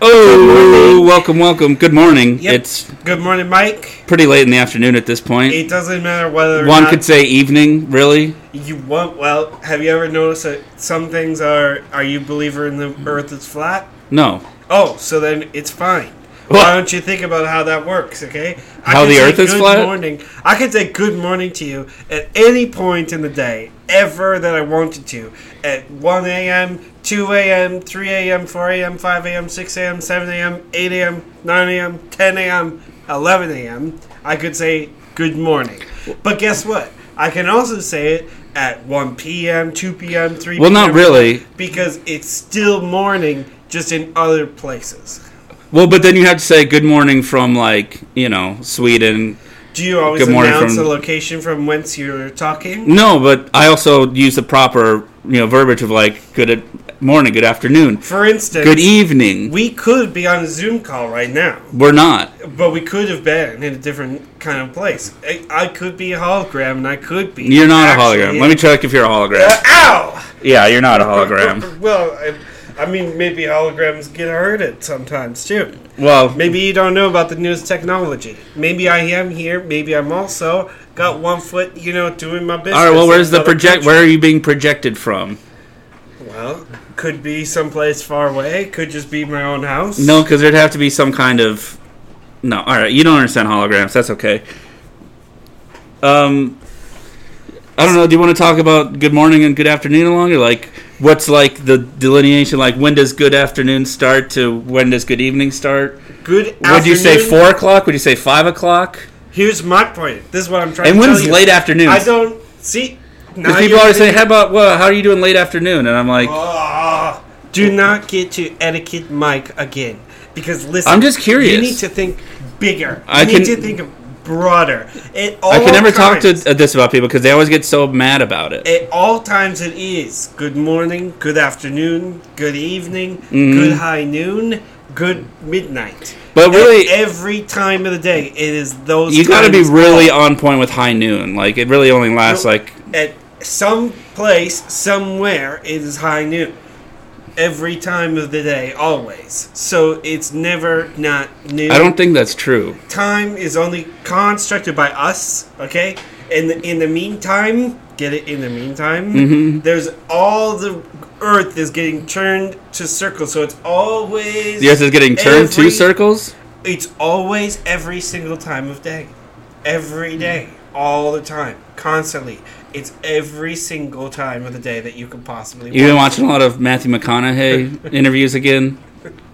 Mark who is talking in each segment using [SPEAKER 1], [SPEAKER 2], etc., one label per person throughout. [SPEAKER 1] Oh, welcome, welcome. Good morning.
[SPEAKER 2] Yep.
[SPEAKER 1] It's
[SPEAKER 2] Good morning, Mike.
[SPEAKER 1] pretty late in the afternoon at this point.
[SPEAKER 2] It doesn't matter whether or
[SPEAKER 1] One
[SPEAKER 2] not
[SPEAKER 1] could say evening, really.
[SPEAKER 2] you want. Well, have you ever noticed that some things are? Are you a believer in the Earth is flat?
[SPEAKER 1] No.
[SPEAKER 2] Oh, so then it's fine.
[SPEAKER 1] What?
[SPEAKER 2] Why don't you think about how that works? Okay. I
[SPEAKER 1] How
[SPEAKER 2] could
[SPEAKER 1] the
[SPEAKER 2] say
[SPEAKER 1] Earth is
[SPEAKER 2] good
[SPEAKER 1] flat?
[SPEAKER 2] Morning. I could say good morning to you at any point in the day, ever that I wanted to. At one a.m., two a.m., three a.m., four a.m., five a.m., six a.m., seven a.m., eight a.m., nine a.m., ten a.m., eleven a.m. I could say good morning. But guess what? I can also say it at one p.m., two p.m., three.
[SPEAKER 1] Well, not
[SPEAKER 2] p.m.,
[SPEAKER 1] really.
[SPEAKER 2] because it's still morning, just in other places.
[SPEAKER 1] Well, but then you have to say good morning from like you know Sweden.
[SPEAKER 2] Do you always
[SPEAKER 1] Good morning
[SPEAKER 2] announce
[SPEAKER 1] from-
[SPEAKER 2] the location from whence you're talking?
[SPEAKER 1] No, but I also use the proper you know verbiage of like good a- morning, good afternoon,
[SPEAKER 2] For instance,
[SPEAKER 1] good e- evening.
[SPEAKER 2] we could be on a Zoom call right now,
[SPEAKER 1] We're not.
[SPEAKER 2] but we could have been in a different kind of place. I, I could be a hologram, and I could be.
[SPEAKER 1] You're not
[SPEAKER 2] actually
[SPEAKER 1] a hologram.
[SPEAKER 2] in-
[SPEAKER 1] Let me check if you're a hologram.
[SPEAKER 2] Ow!
[SPEAKER 1] Yeah, you're not a hologram.
[SPEAKER 2] Well, I, I mean, maybe holograms get hurted sometimes too.
[SPEAKER 1] Well,
[SPEAKER 2] Maybe you don't know about the newest technology. Maybe I am here. Maybe I'm also got one foot, you know, doing my business.
[SPEAKER 1] all right. Well, where's
[SPEAKER 2] in
[SPEAKER 1] the
[SPEAKER 2] another
[SPEAKER 1] project?
[SPEAKER 2] country.
[SPEAKER 1] Where are you being projected from?
[SPEAKER 2] Well, could be someplace far away. Could just be my own house.
[SPEAKER 1] No, because there'd have to be some kind of. No, all right. You don't understand holograms. That's okay. Um, I don't know. Do you want to talk about good morning and good afternoon along, or like what's like the delineation? Like when does good afternoon start to when does good evening start?
[SPEAKER 2] Good.
[SPEAKER 1] Would you say
[SPEAKER 2] afternoon.
[SPEAKER 1] four o'clock? Would you say five o'clock?
[SPEAKER 2] Here's my point. This is what I'm trying.
[SPEAKER 1] And
[SPEAKER 2] to
[SPEAKER 1] when's
[SPEAKER 2] tell you.
[SPEAKER 1] late afternoon?
[SPEAKER 2] I don't see.
[SPEAKER 1] Because people always say, "How about well? How are you doing late afternoon?" And I'm like,
[SPEAKER 2] Ah, do not get to etiquette Mike again. Because listen,
[SPEAKER 1] I'm just curious.
[SPEAKER 2] You need to think bigger.
[SPEAKER 1] I
[SPEAKER 2] you need
[SPEAKER 1] can-
[SPEAKER 2] to think broader. At all
[SPEAKER 1] "I can never talk
[SPEAKER 2] times.
[SPEAKER 1] to uh, this about people because they always get so mad about it."
[SPEAKER 2] At all times it is. Good morning, good afternoon, good evening, good high noon, good midnight.
[SPEAKER 1] Mm-hmm. But
[SPEAKER 2] At
[SPEAKER 1] really-
[SPEAKER 2] every time of the day, it is those.
[SPEAKER 1] You got to be
[SPEAKER 2] times
[SPEAKER 1] really
[SPEAKER 2] all-
[SPEAKER 1] on point with high noon. Like it really only lasts like
[SPEAKER 2] at some place, somewhere. It is high noon every time of the day, always. So it's never not noon.
[SPEAKER 1] I don't think that's true.
[SPEAKER 2] time is only constructed by us, okay? And in the meantime, get it in the meantime,
[SPEAKER 1] Mm-hmm.
[SPEAKER 2] there's all the earth is getting turned to circles. So it's always
[SPEAKER 1] The Earth is getting turned two
[SPEAKER 2] every-
[SPEAKER 1] circles.
[SPEAKER 2] It's always every single time of day.
[SPEAKER 1] Mm.
[SPEAKER 2] Every day, all the time, constantly. It's every single time of the day that you could possibly
[SPEAKER 1] You've been watching a lot of Matthew McConaughey interviews again.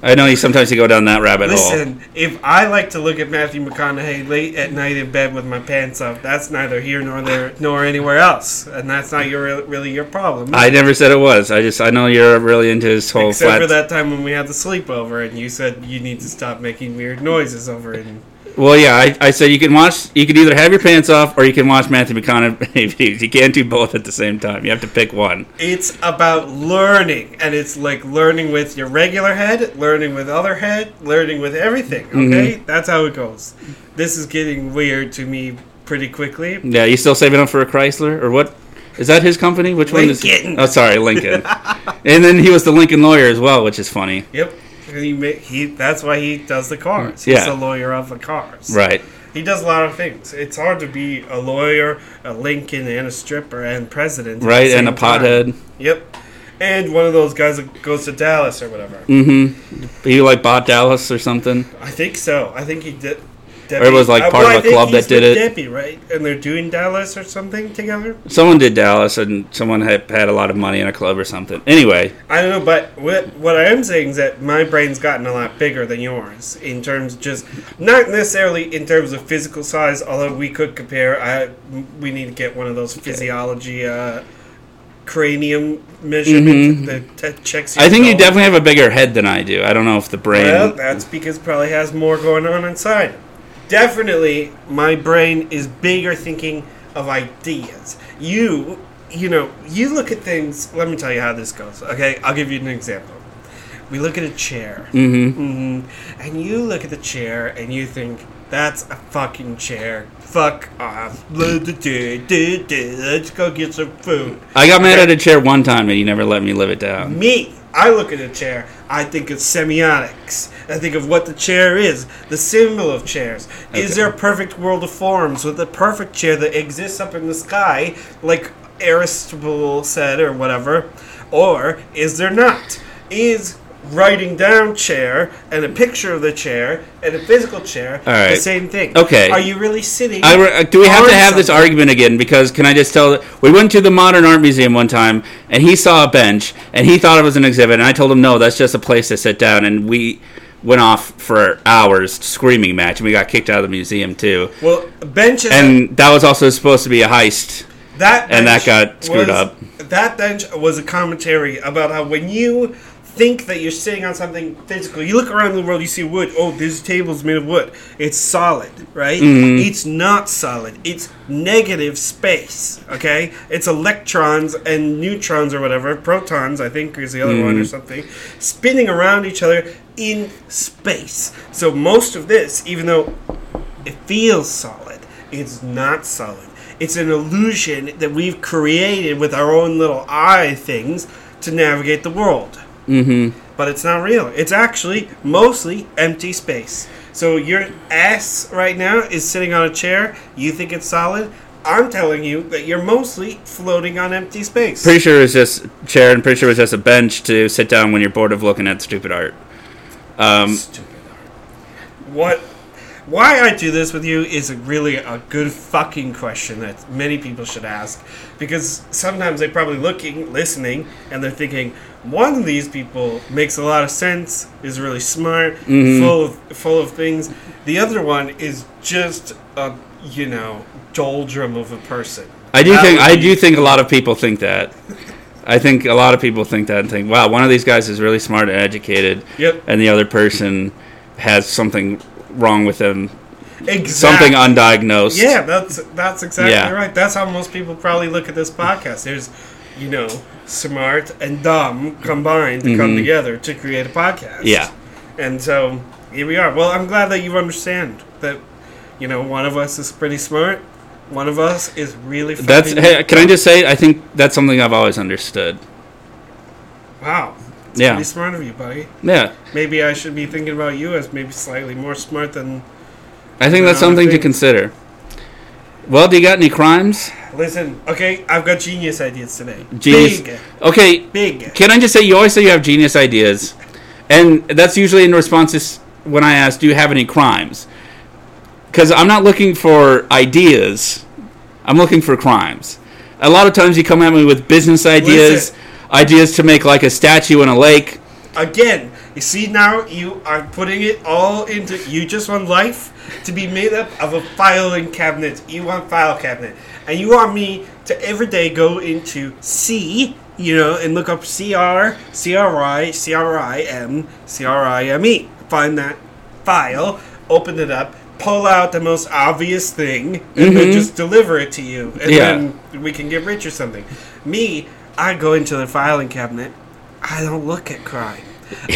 [SPEAKER 1] I know you sometimes you go down that rabbit hole.
[SPEAKER 2] Listen, if I like to look at Matthew McConaughey late at night in bed with my pants up, that's neither here nor there nor anywhere else, and that's not your really your problem.
[SPEAKER 1] I never said it was. I just I know you're really into his whole
[SPEAKER 2] Except
[SPEAKER 1] flat.
[SPEAKER 2] for that time when we had the sleepover, and you said you need to stop making weird noises over it. And
[SPEAKER 1] Well, yeah, I, I said you can watch. You can either have your pants off or you can watch Matthew McConaughey videos. You can't do both at the same time. You have to pick one.
[SPEAKER 2] It's about learning, and it's like learning with your regular head, learning with other head, learning with everything. Okay, that's how it goes. This is getting weird to me pretty quickly.
[SPEAKER 1] Yeah, you still saving up for a Chrysler or what? Is that his company? Which one is?
[SPEAKER 2] Lincoln.
[SPEAKER 1] Oh, sorry, Lincoln. and then he was the Lincoln lawyer as well, which is funny.
[SPEAKER 2] Yep. He, ma- he that's why he does the cars. He's
[SPEAKER 1] Yeah.
[SPEAKER 2] a lawyer of the cars.
[SPEAKER 1] Right.
[SPEAKER 2] He does a lot of things. It's hard to be a lawyer, a Lincoln, and a stripper and president. at the
[SPEAKER 1] Right, and
[SPEAKER 2] same
[SPEAKER 1] a
[SPEAKER 2] time.
[SPEAKER 1] pothead.
[SPEAKER 2] Yep. And one of those guys that goes to Dallas or whatever.
[SPEAKER 1] Mm. Hmm. He like bought Dallas or something.
[SPEAKER 2] I think so. I think he did.
[SPEAKER 1] it was, like,
[SPEAKER 2] Uh,
[SPEAKER 1] part of
[SPEAKER 2] I
[SPEAKER 1] a
[SPEAKER 2] think
[SPEAKER 1] club
[SPEAKER 2] he's
[SPEAKER 1] that did
[SPEAKER 2] with
[SPEAKER 1] it.
[SPEAKER 2] Deppie, right? And they're doing Dallas or something together.
[SPEAKER 1] Someone did Dallas, and someone had had a lot of money in a club or something. Anyway,
[SPEAKER 2] I don't know, but what, what I am saying is that my brain's gotten a lot bigger than yours in terms just not necessarily in terms of physical size, although we could compare. I we need to get one of those physiology uh, cranium measurements that, that checks. Your
[SPEAKER 1] Mm-hmm. I think you
[SPEAKER 2] skull.
[SPEAKER 1] definitely have a bigger head than I do. I don't know if the brain.
[SPEAKER 2] Well, that's because it probably has more going on inside. Definitely, my brain is bigger thinking of ideas. You, you know, you look at things. Let me tell you how this goes. Okay, I'll give you an example. We look at a chair,
[SPEAKER 1] mm-hmm.
[SPEAKER 2] hmm and you look at the chair, and you think that's a fucking chair. Fuck off. Let's go get some food.
[SPEAKER 1] I got mad at a chair one time, and he never let me live it down.
[SPEAKER 2] Me, I look at a chair, I think of semiotics. I think of what the chair is, the symbol of chairs. Is
[SPEAKER 1] Okay.
[SPEAKER 2] there a perfect world of forms with a perfect chair that exists up in the sky, like Aristotle said or whatever? Or is there not? Is writing down chair and a picture of the chair and a physical chair
[SPEAKER 1] All right.
[SPEAKER 2] the same thing?
[SPEAKER 1] Okay.
[SPEAKER 2] Are you really sitting?
[SPEAKER 1] I re- uh, do we have to
[SPEAKER 2] on
[SPEAKER 1] have this
[SPEAKER 2] something?
[SPEAKER 1] argument again? Because can I just tell? We went to the Modern Art Museum one time, and he saw a bench, and he thought it was an exhibit, and I told him no, that's just a place to sit down, and we went off for hours screaming match, and we got kicked out of the museum too.
[SPEAKER 2] Well, benches
[SPEAKER 1] And that was also supposed to be a heist.
[SPEAKER 2] That
[SPEAKER 1] And
[SPEAKER 2] bench
[SPEAKER 1] that got screwed
[SPEAKER 2] was-
[SPEAKER 1] up.
[SPEAKER 2] That bench was a commentary about how when you think that you're sitting on something physical, you look around the world, you see wood. Oh, this table's made of wood. It's solid, right?
[SPEAKER 1] Mm-hmm.
[SPEAKER 2] It's not solid. It's negative space. Okay, it's electrons and neutrons or whatever, protons I think is the other
[SPEAKER 1] Mm-hmm.
[SPEAKER 2] one or something, spinning around each other in space. So most of this, even though it feels solid. It's not solid. It's an illusion that we've created with our own little eye things to navigate the world.
[SPEAKER 1] Mm-hmm.
[SPEAKER 2] But it's not real. It's actually mostly empty space. So your ass right now is sitting on a chair. You think it's solid. I'm telling you that you're mostly floating on empty space.
[SPEAKER 1] Pretty sure it was just a chair, and pretty sure it was just a bench to sit down when you're bored of looking at stupid art. Um,
[SPEAKER 2] Stupid art. What? Why I do this with you is really a good fucking question that many people should ask, because sometimes they're probably looking, listening, and they're thinking one of these people makes a lot of sense, is really smart, full of full of things. The other one is just a you know doldrum of a person.
[SPEAKER 1] I do
[SPEAKER 2] That
[SPEAKER 1] think
[SPEAKER 2] would
[SPEAKER 1] I
[SPEAKER 2] be-
[SPEAKER 1] do think a lot of people think that. I think a lot of people think that and think, "Wow, one of these guys is really smart and educated,
[SPEAKER 2] Yep.
[SPEAKER 1] and the other person has something wrong with them,
[SPEAKER 2] Exactly.
[SPEAKER 1] something undiagnosed."
[SPEAKER 2] Yeah, that's that's exactly
[SPEAKER 1] Yeah.
[SPEAKER 2] right. That's how most people probably look at this podcast. There's, you know, smart and dumb combined to come together to create a podcast.
[SPEAKER 1] Mm-hmm. Yeah.
[SPEAKER 2] And so here we are. Well, I'm glad that you understand that, you know, one of us is pretty smart. One of us is really.
[SPEAKER 1] That's
[SPEAKER 2] fucking-
[SPEAKER 1] hey, can I just say I think that's something I've always understood.
[SPEAKER 2] wow. It's
[SPEAKER 1] Yeah.
[SPEAKER 2] Pretty smart of you, buddy.
[SPEAKER 1] Yeah.
[SPEAKER 2] Maybe I should be thinking about you as maybe slightly more smart than.
[SPEAKER 1] I think
[SPEAKER 2] No,
[SPEAKER 1] that's something
[SPEAKER 2] I
[SPEAKER 1] to
[SPEAKER 2] think-
[SPEAKER 1] consider. Well, do you got any crimes?
[SPEAKER 2] Listen, okay, I've got genius ideas today.
[SPEAKER 1] Genius.
[SPEAKER 2] Big,
[SPEAKER 1] Okay,
[SPEAKER 2] big.
[SPEAKER 1] Can I just say, you always say you have genius ideas, and that's usually in response to s- when I ask, "Do you have any crimes?" Because I'm not looking for ideas, I'm looking for crimes. A lot of times, you come at me with business ideas,
[SPEAKER 2] Listen.
[SPEAKER 1] ideas to make like a statue in a lake.
[SPEAKER 2] Again, you see now you are putting it all into. You just want life to be made up of a filing cabinet. You want file cabinet, and you want me to every day go into C, you know, and look up CR, CRI, CRIM, CRIME. E. Find that file, open it up, pull out the most obvious thing, and then just deliver it to you, and
[SPEAKER 1] Yeah.
[SPEAKER 2] then we can get rich or something. Me, I go into the filing cabinet. I don't look at crime.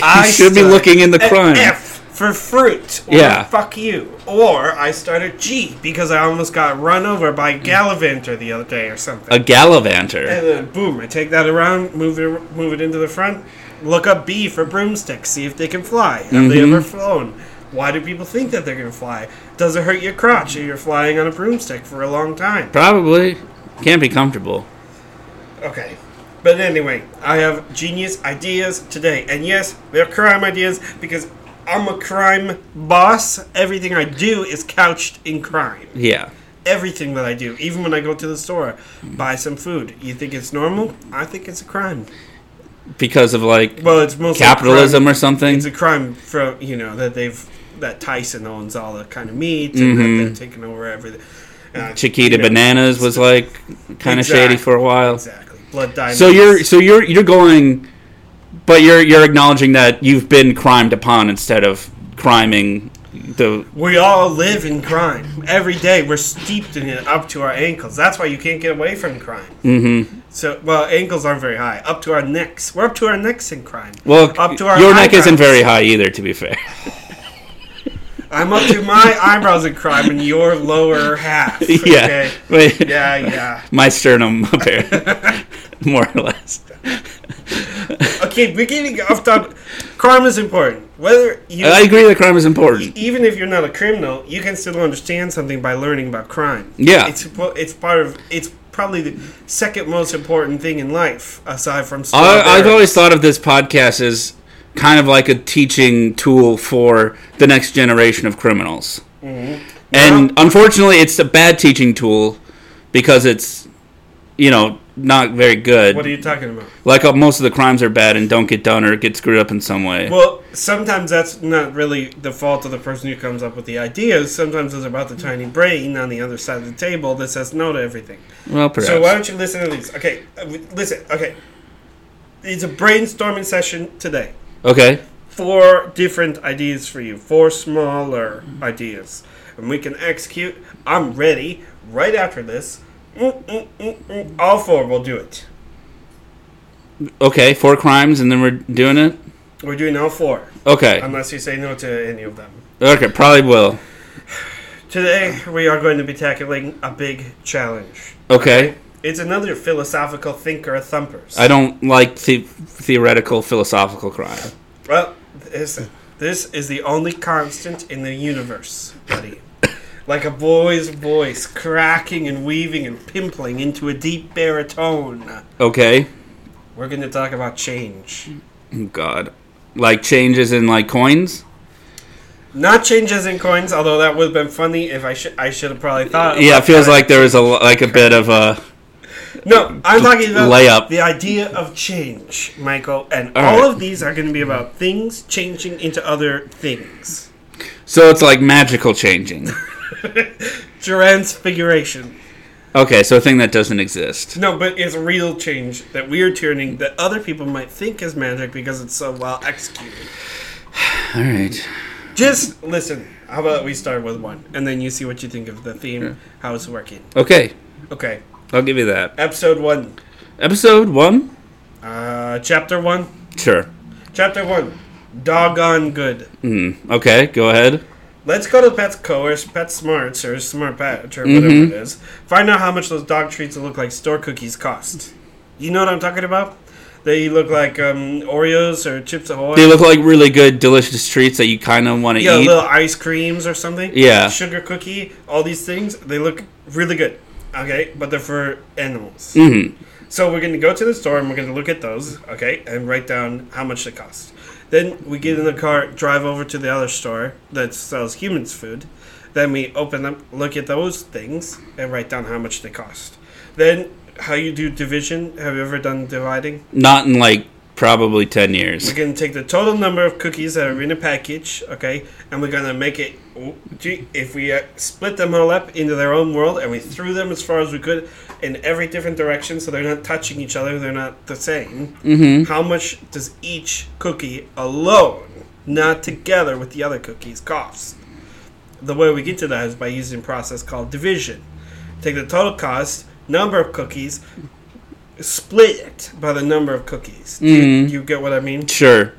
[SPEAKER 2] I
[SPEAKER 1] should be
[SPEAKER 2] start
[SPEAKER 1] looking in the
[SPEAKER 2] at
[SPEAKER 1] crime.
[SPEAKER 2] F for fruit. Or
[SPEAKER 1] Yeah.
[SPEAKER 2] Fuck you. Or I start at G because I almost got run over by Gallivanter the other day or something.
[SPEAKER 1] A gallivanter.
[SPEAKER 2] and then boom, I take that around, move it, move it into the front. Look up B for broomsticks. See if they can fly. Have they
[SPEAKER 1] Mm-hmm.
[SPEAKER 2] ever flown? Why do people think that they're gonna fly? Does it hurt your crotch if you're flying on a broomstick for a long time?
[SPEAKER 1] Probably can't be comfortable.
[SPEAKER 2] Okay. But anyway, I have genius ideas today. And yes, they're crime ideas because I'm a crime boss. Everything I do is couched in crime.
[SPEAKER 1] Yeah.
[SPEAKER 2] Everything that I do, even when I go to the store, buy some food. You think it's normal? I think it's a crime.
[SPEAKER 1] Because of like
[SPEAKER 2] Well, it's mostly a crime-
[SPEAKER 1] capitalism or something.
[SPEAKER 2] It's a crime from you know that they've that Tyson owns all the kind of meat and
[SPEAKER 1] Mm-hmm.
[SPEAKER 2] that they're taking over everything. Uh,
[SPEAKER 1] Chiquita
[SPEAKER 2] you know,
[SPEAKER 1] Bananas was like kind of shady
[SPEAKER 2] Exact-
[SPEAKER 1] for a while.
[SPEAKER 2] Exactly. Blood diamonds.
[SPEAKER 1] So you're so you're you're going, but you're you're acknowledging that you've been crimed upon instead of criming the.
[SPEAKER 2] We all live in crime. Every day we're steeped in it up to our ankles. That's why you can't get away from crime. Mm-hmm. So, well, ankles aren't very high. Up to our necks. We're up to our necks in crime.
[SPEAKER 1] Well,
[SPEAKER 2] up to our
[SPEAKER 1] your neck isn't
[SPEAKER 2] eyebrows.
[SPEAKER 1] very high either, to be fair.
[SPEAKER 2] I'm up to my eyebrows in crime and your lower half.
[SPEAKER 1] yeah,
[SPEAKER 2] Okay.
[SPEAKER 1] Wait,
[SPEAKER 2] Yeah, yeah.
[SPEAKER 1] my sternum up here. more or less.
[SPEAKER 2] Okay, we're getting off topic. Crime is important. Whether you,
[SPEAKER 1] I agree that crime is important.
[SPEAKER 2] even if you're not a criminal, you can still understand something by learning about crime.
[SPEAKER 1] Yeah.
[SPEAKER 2] it's well, it's part of it's probably the second most important thing in life aside from.
[SPEAKER 1] I, I've
[SPEAKER 2] solidarity.
[SPEAKER 1] always thought of this podcast as kind of like a teaching tool for the next generation of criminals.
[SPEAKER 2] Mm-hmm.
[SPEAKER 1] And unfortunately, it's a bad teaching tool because it's, you know, not very good.
[SPEAKER 2] What are you talking about?
[SPEAKER 1] like uh, most of the crimes are bad and don't get done or get screwed up in some way.
[SPEAKER 2] Well, sometimes that's not really the fault of the person who comes up with the ideas. Sometimes it's about the tiny brain on the other side of the table that says no to everything.
[SPEAKER 1] Well, perhaps.
[SPEAKER 2] So why don't you listen to these? Okay, uh, w- listen. Okay, it's a brainstorming session today.
[SPEAKER 1] okay.
[SPEAKER 2] Four different ideas for you. Four smaller ideas, and we can execute. I'm ready right after this. Mm, mm, mm, mm. All four will do it.
[SPEAKER 1] Okay, four crimes and then we're doing it?
[SPEAKER 2] We're doing all four,
[SPEAKER 1] Okay.
[SPEAKER 2] unless you say no to any of them.
[SPEAKER 1] Okay, probably will.
[SPEAKER 2] Today, we are going to be tackling a big challenge.
[SPEAKER 1] Okay.
[SPEAKER 2] It's another philosophical thinker thumpers.
[SPEAKER 1] I don't like the- theoretical philosophical crime.
[SPEAKER 2] well, this, this is the only constant in the universe, buddy. Like a boy's voice cracking and weaving and pimpling into a deep baritone.
[SPEAKER 1] Okay.
[SPEAKER 2] We're going to talk about change.
[SPEAKER 1] Oh, God. Like changes in like coins?
[SPEAKER 2] Not changes in coins, although that would have been funny if I should I should have probably thought.
[SPEAKER 1] Yeah, it
[SPEAKER 2] about
[SPEAKER 1] feels
[SPEAKER 2] that.
[SPEAKER 1] like there was a l- like a bit of a
[SPEAKER 2] No, I'm talking about
[SPEAKER 1] layup.
[SPEAKER 2] the idea of change, Michael, and
[SPEAKER 1] All
[SPEAKER 2] all
[SPEAKER 1] right.
[SPEAKER 2] of these are going to be about things changing into other things.
[SPEAKER 1] so it's like magical changing.
[SPEAKER 2] Transfiguration.
[SPEAKER 1] Okay, so a thing that doesn't exist.
[SPEAKER 2] No, but it's real change that we are turning that other people might think is magic because it's so well executed.
[SPEAKER 1] All right.
[SPEAKER 2] Just listen. How about we start with one, and then you see what you think of the theme, how it's working.
[SPEAKER 1] Okay,
[SPEAKER 2] Okay,
[SPEAKER 1] I'll give you that.
[SPEAKER 2] episode one,
[SPEAKER 1] Episode one.
[SPEAKER 2] uh, chapter one,
[SPEAKER 1] Sure.
[SPEAKER 2] chapter one. Doggone good.
[SPEAKER 1] Mm, okay, go ahead.
[SPEAKER 2] Let's go to Petco or Pet Smarts or Smart Pet or whatever it is. Find out how much those dog treats that look like store cookies cost. You know what I'm talking about? They look like um, Oreos or Chips Ahoy.
[SPEAKER 1] They look like really good, delicious treats that you kind of want to
[SPEAKER 2] yeah,
[SPEAKER 1] eat.
[SPEAKER 2] little ice creams or something.
[SPEAKER 1] Yeah.
[SPEAKER 2] Sugar cookie, all these things. They look really good. Okay, but they're for animals.
[SPEAKER 1] Mhm.
[SPEAKER 2] So we're going to go to the store and we're going to look at those, okay, and write down how much they cost. Then we get in the car, drive over to the other store that sells humans food. Then we open up, look at those things, and write down how much they cost. Then how you do division? Have you ever done dividing?
[SPEAKER 1] Not in like probably ten years.
[SPEAKER 2] We're gonna take the total number of cookies that are in a package, okay, and we're gonna make it. gee, If we uh, split them all up into their own world and we threw them as far as we could in every different direction, so they're not touching each other, they're not the same. Mm-hmm. How much does each cookie alone, not together with the other cookies, cost? The way we get to that is by using a process called division. Take the total cost, number of cookies. Split it by the number of cookies. Do you,
[SPEAKER 1] Mhm.
[SPEAKER 2] you get what I mean?
[SPEAKER 1] Sure.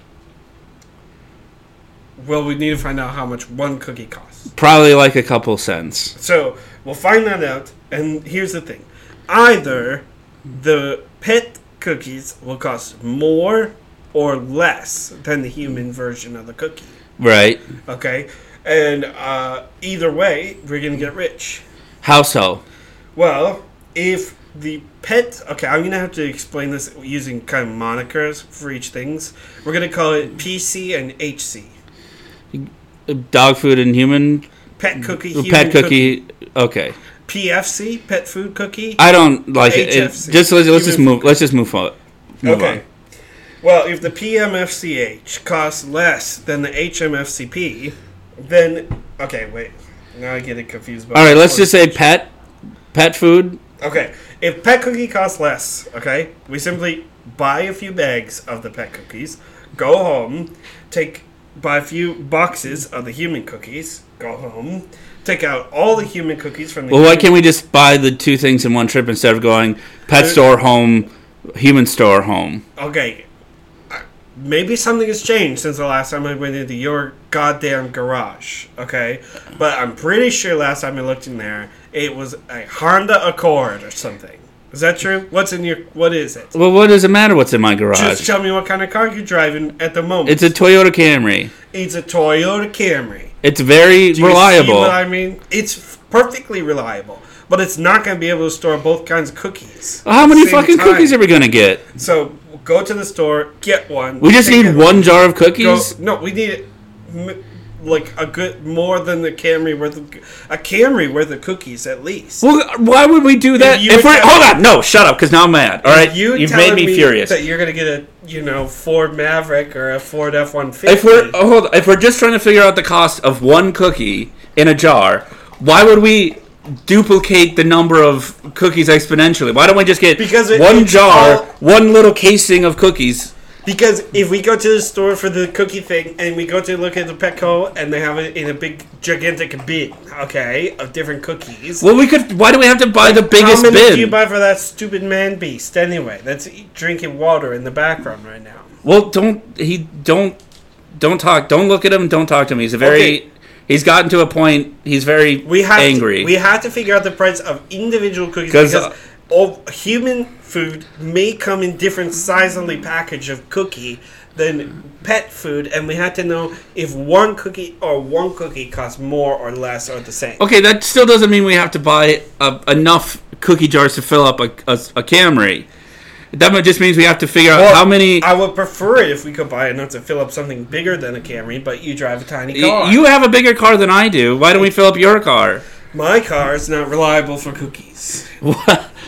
[SPEAKER 2] Well, we need to find out how much one cookie costs.
[SPEAKER 1] Probably like a couple cents.
[SPEAKER 2] So we'll find that out. And here's the thing: either the pet cookies will cost more or less than the human version of the cookie.
[SPEAKER 1] Right.
[SPEAKER 2] Okay, and uh, either way, we're gonna get rich.
[SPEAKER 1] How so?
[SPEAKER 2] Well, if the pet, okay, I'm gonna have to explain this using kind of monikers for each things. We're gonna call it PC and HC.
[SPEAKER 1] Dog food and human
[SPEAKER 2] Pet cookie,
[SPEAKER 1] Mm.
[SPEAKER 2] human
[SPEAKER 1] pet cookie. Okay.
[SPEAKER 2] cookie, PFC, pet food cookie.
[SPEAKER 1] I don't like it. it
[SPEAKER 2] HFC.
[SPEAKER 1] just let's, let's just
[SPEAKER 2] Human
[SPEAKER 1] move. Let's just move on. Move
[SPEAKER 2] Okay.
[SPEAKER 1] on.
[SPEAKER 2] Well, if the PMFCH costs less than the HMFCP, then okay, wait. Now I get it confused.
[SPEAKER 1] All right. Let's just say pet pet food.
[SPEAKER 2] okay. If pet cookie costs less, okay, we simply buy a few bags of the pet cookies, go home, take buy a few boxes of the human cookies, go home, take out all the human cookies from the
[SPEAKER 1] Well, why
[SPEAKER 2] human
[SPEAKER 1] can't we just buy the two things in one trip instead of going pet store home, human store home?
[SPEAKER 2] okay, maybe something has changed since the last time I went into your goddamn garage, okay? But I'm pretty sure last time I looked in there, it was a Honda Accord or something, Is that true? What's in your? What is it?
[SPEAKER 1] Well, what does it matter what's in my
[SPEAKER 2] Just
[SPEAKER 1] garage?
[SPEAKER 2] tell me what kind of car you're driving at the moment.
[SPEAKER 1] It's a Toyota Camry.
[SPEAKER 2] It's a Toyota Camry.
[SPEAKER 1] It's very
[SPEAKER 2] Do you see
[SPEAKER 1] reliable.
[SPEAKER 2] what I mean, it's f- perfectly reliable, but it's not going to be able to store both kinds of cookies.
[SPEAKER 1] How
[SPEAKER 2] at the
[SPEAKER 1] many
[SPEAKER 2] same
[SPEAKER 1] fucking
[SPEAKER 2] time.
[SPEAKER 1] cookies are we gonna get?
[SPEAKER 2] So go to the store, get one.
[SPEAKER 1] We just
[SPEAKER 2] take
[SPEAKER 1] need
[SPEAKER 2] it-
[SPEAKER 1] one jar of
[SPEAKER 2] Go,
[SPEAKER 1] cookies.
[SPEAKER 2] no, we need m- like a good more than the Camry worth of a Camry worth of cookies at least.
[SPEAKER 1] Well, why would we do that?
[SPEAKER 2] you
[SPEAKER 1] If
[SPEAKER 2] were
[SPEAKER 1] we're,
[SPEAKER 2] telling-
[SPEAKER 1] hold on, no, shut up, because now I'm mad. All right,
[SPEAKER 2] You
[SPEAKER 1] you've
[SPEAKER 2] telling
[SPEAKER 1] made me, furious.
[SPEAKER 2] that you're going to get a you know Ford Maverick or a Ford F one fifty.
[SPEAKER 1] If we're oh, hold, on. if we're just trying to figure out the cost of one cookie in a jar, why would we duplicate the number of cookies exponentially? Why don't we just get
[SPEAKER 2] Because it-
[SPEAKER 1] one
[SPEAKER 2] it's
[SPEAKER 1] jar,
[SPEAKER 2] all-
[SPEAKER 1] one little casing of cookies?
[SPEAKER 2] Because if we go to the store for the cookie thing and we go to look at the Petco and they have it in a big gigantic bin, okay, of different cookies.
[SPEAKER 1] Well, we could. Why do we have to buy the biggest
[SPEAKER 2] How many
[SPEAKER 1] bin?
[SPEAKER 2] do you buy for that stupid man beast anyway? That's e- drinking water in the background right now.
[SPEAKER 1] well, don't he don't don't talk. Don't look at him. Don't talk to him. He's a very.
[SPEAKER 2] Okay.
[SPEAKER 1] He's gotten to a point. He's very
[SPEAKER 2] We have
[SPEAKER 1] angry.
[SPEAKER 2] To, we have to figure out the price of individual cookies
[SPEAKER 1] 'Cause,
[SPEAKER 2] because
[SPEAKER 1] uh,
[SPEAKER 2] all human food may come in different sizely package of cookie than pet food, and we have to know if one cookie or one cookie costs more or less or the same.
[SPEAKER 1] Okay, that still doesn't mean we have to buy uh enough cookie jars to fill up a, a, a Camry. That mu- just means we have to figure out
[SPEAKER 2] Well,
[SPEAKER 1] how many.
[SPEAKER 2] I would prefer it if we could buy enough to fill up something bigger than a Camry, but you drive a tiny
[SPEAKER 1] Y-
[SPEAKER 2] car.
[SPEAKER 1] You have a bigger car than I do. Why don't we fill up your car?
[SPEAKER 2] My car is not reliable for cookies.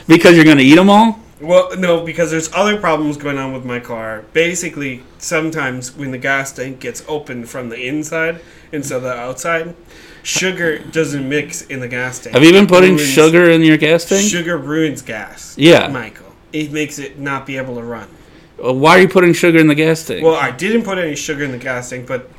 [SPEAKER 1] because you're going to eat them all?
[SPEAKER 2] Well, no, because there's other problems going on with my car. Basically, sometimes when the gas tank gets opened from the inside instead of the outside, sugar doesn't mix in the gas tank.
[SPEAKER 1] Have you been
[SPEAKER 2] It
[SPEAKER 1] putting
[SPEAKER 2] ruins-
[SPEAKER 1] sugar in your gas tank?
[SPEAKER 2] Sugar ruins gas.
[SPEAKER 1] Yeah.
[SPEAKER 2] Michael. It makes it not be able to run.
[SPEAKER 1] Uh, Why are you putting sugar in the gas tank?
[SPEAKER 2] Well, I didn't put any sugar in the gas tank, but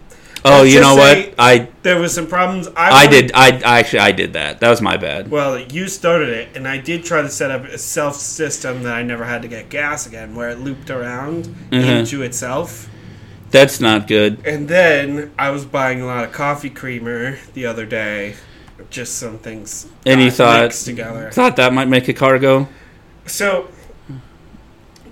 [SPEAKER 1] oh,
[SPEAKER 2] let's
[SPEAKER 1] you
[SPEAKER 2] just
[SPEAKER 1] know
[SPEAKER 2] say-
[SPEAKER 1] what? I
[SPEAKER 2] there was some problems.
[SPEAKER 1] I
[SPEAKER 2] wanted-
[SPEAKER 1] did. I, I actually I did that. That was my bad.
[SPEAKER 2] Well, you started it, and I did try to set up a self system that I never had to get gas again, where it looped around
[SPEAKER 1] Mm-hmm.
[SPEAKER 2] into itself.
[SPEAKER 1] That's not good.
[SPEAKER 2] And then I was buying a lot of coffee creamer the other day, just some things
[SPEAKER 1] And you
[SPEAKER 2] got
[SPEAKER 1] thought-
[SPEAKER 2] mixed together.
[SPEAKER 1] Thought that might make a car go.
[SPEAKER 2] So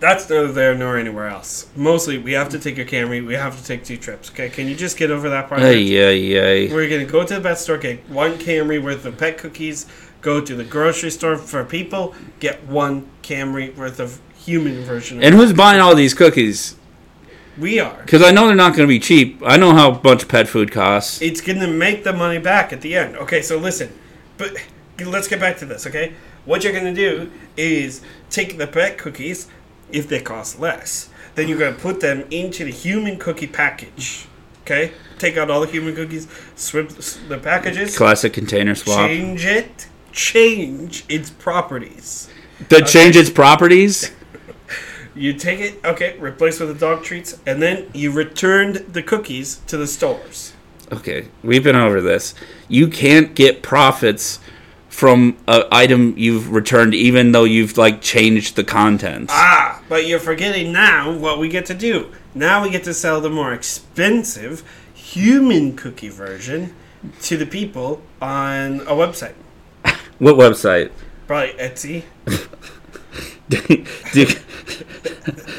[SPEAKER 2] that's neither there nor anywhere else. Mostly, we have to take a Camry. We have to take two trips. Okay, can you just get over that part?
[SPEAKER 1] Ay, ay, ay.
[SPEAKER 2] We're gonna go to the pet store, get one Camry worth of pet cookies. Go to the grocery store for people, get one Camry worth of human version. Of
[SPEAKER 1] And who's buying all these cookies?
[SPEAKER 2] we are.
[SPEAKER 1] Because I know they're not going to be cheap. I know how much pet food costs.
[SPEAKER 2] It's gonna make the money back at the end. Okay, so listen, but let's get back to this. Okay, what you're gonna do is take the pet cookies if they cost less. Then you're gonna put them into the human cookie package. Okay, take out all the human cookies, swip the packages,
[SPEAKER 1] Classic container swap.
[SPEAKER 2] change it, change its properties.
[SPEAKER 1] That changes properties.
[SPEAKER 2] You take it, okay, replace with the dog treats, and then you returned the cookies to the stores.
[SPEAKER 1] Okay, we've been over this. You can't get profits from an item you've returned, even though you've like changed the contents.
[SPEAKER 2] Ah, but you're forgetting now what we get to do. Now we get to sell the more expensive human cookie version to the people on a website.
[SPEAKER 1] What website?
[SPEAKER 2] Probably Etsy.
[SPEAKER 1] Do-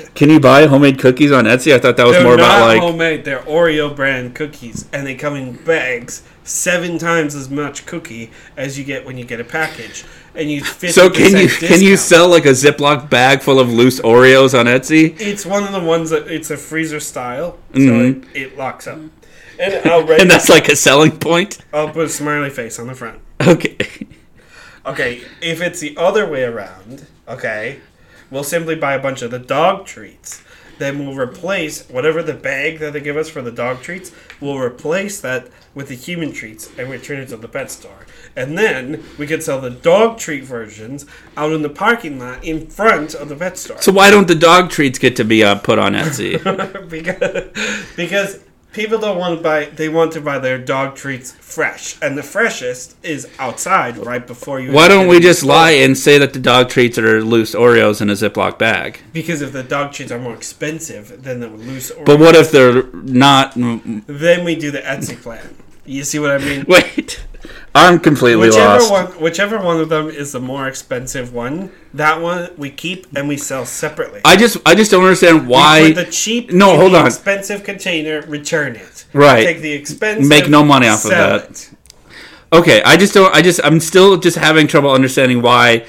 [SPEAKER 1] Can you buy homemade cookies on Etsy? I thought that was
[SPEAKER 2] They're
[SPEAKER 1] more
[SPEAKER 2] not
[SPEAKER 1] about like
[SPEAKER 2] homemade, they're Oreo brand cookies, and they come in bags seven times as much cookie as you get when you get a package. And you
[SPEAKER 1] So can you
[SPEAKER 2] 50%
[SPEAKER 1] can you
[SPEAKER 2] discount.
[SPEAKER 1] sell like a Ziploc bag full of loose Oreos on Etsy?
[SPEAKER 2] It's one of the ones that it's a freezer style, so
[SPEAKER 1] Mhm.
[SPEAKER 2] it, it locks up. And I'll write.
[SPEAKER 1] And that's like a selling point.
[SPEAKER 2] I'll put a smiley face on the front.
[SPEAKER 1] Okay.
[SPEAKER 2] Okay, if it's the other way around, okay, we'll simply buy a bunch of the dog treats. Then we'll replace whatever the bag that they give us for the dog treats. We'll replace that with the human treats and return it to the pet store. And then we could sell the dog treat versions out in the parking lot in front of the pet store.
[SPEAKER 1] So why don't the dog treats get to be uh, put on Etsy?
[SPEAKER 2] because, because people don't want to buy they want to buy their dog treats fresh and the freshest is outside right before you
[SPEAKER 1] Why don't we just lie and say that the dog treats are loose Oreos in a Ziploc bag?
[SPEAKER 2] because if the dog treats are more expensive than the loose or
[SPEAKER 1] But what if they're not? mm,
[SPEAKER 2] then we do the etsy plan you see what i mean
[SPEAKER 1] Wait, I'm completely
[SPEAKER 2] Whichever
[SPEAKER 1] lost.
[SPEAKER 2] one, whichever one of them is the more expensive one, that one we keep and we sell separately.
[SPEAKER 1] I just I just don't understand
[SPEAKER 2] Put
[SPEAKER 1] why
[SPEAKER 2] the cheap,
[SPEAKER 1] No,
[SPEAKER 2] in
[SPEAKER 1] hold
[SPEAKER 2] the
[SPEAKER 1] on.
[SPEAKER 2] expensive container, return it.
[SPEAKER 1] Right.
[SPEAKER 2] take the expensive,
[SPEAKER 1] Make no money off of
[SPEAKER 2] sell
[SPEAKER 1] that.
[SPEAKER 2] it.
[SPEAKER 1] Okay, I just don't. I just I'm still just having trouble understanding why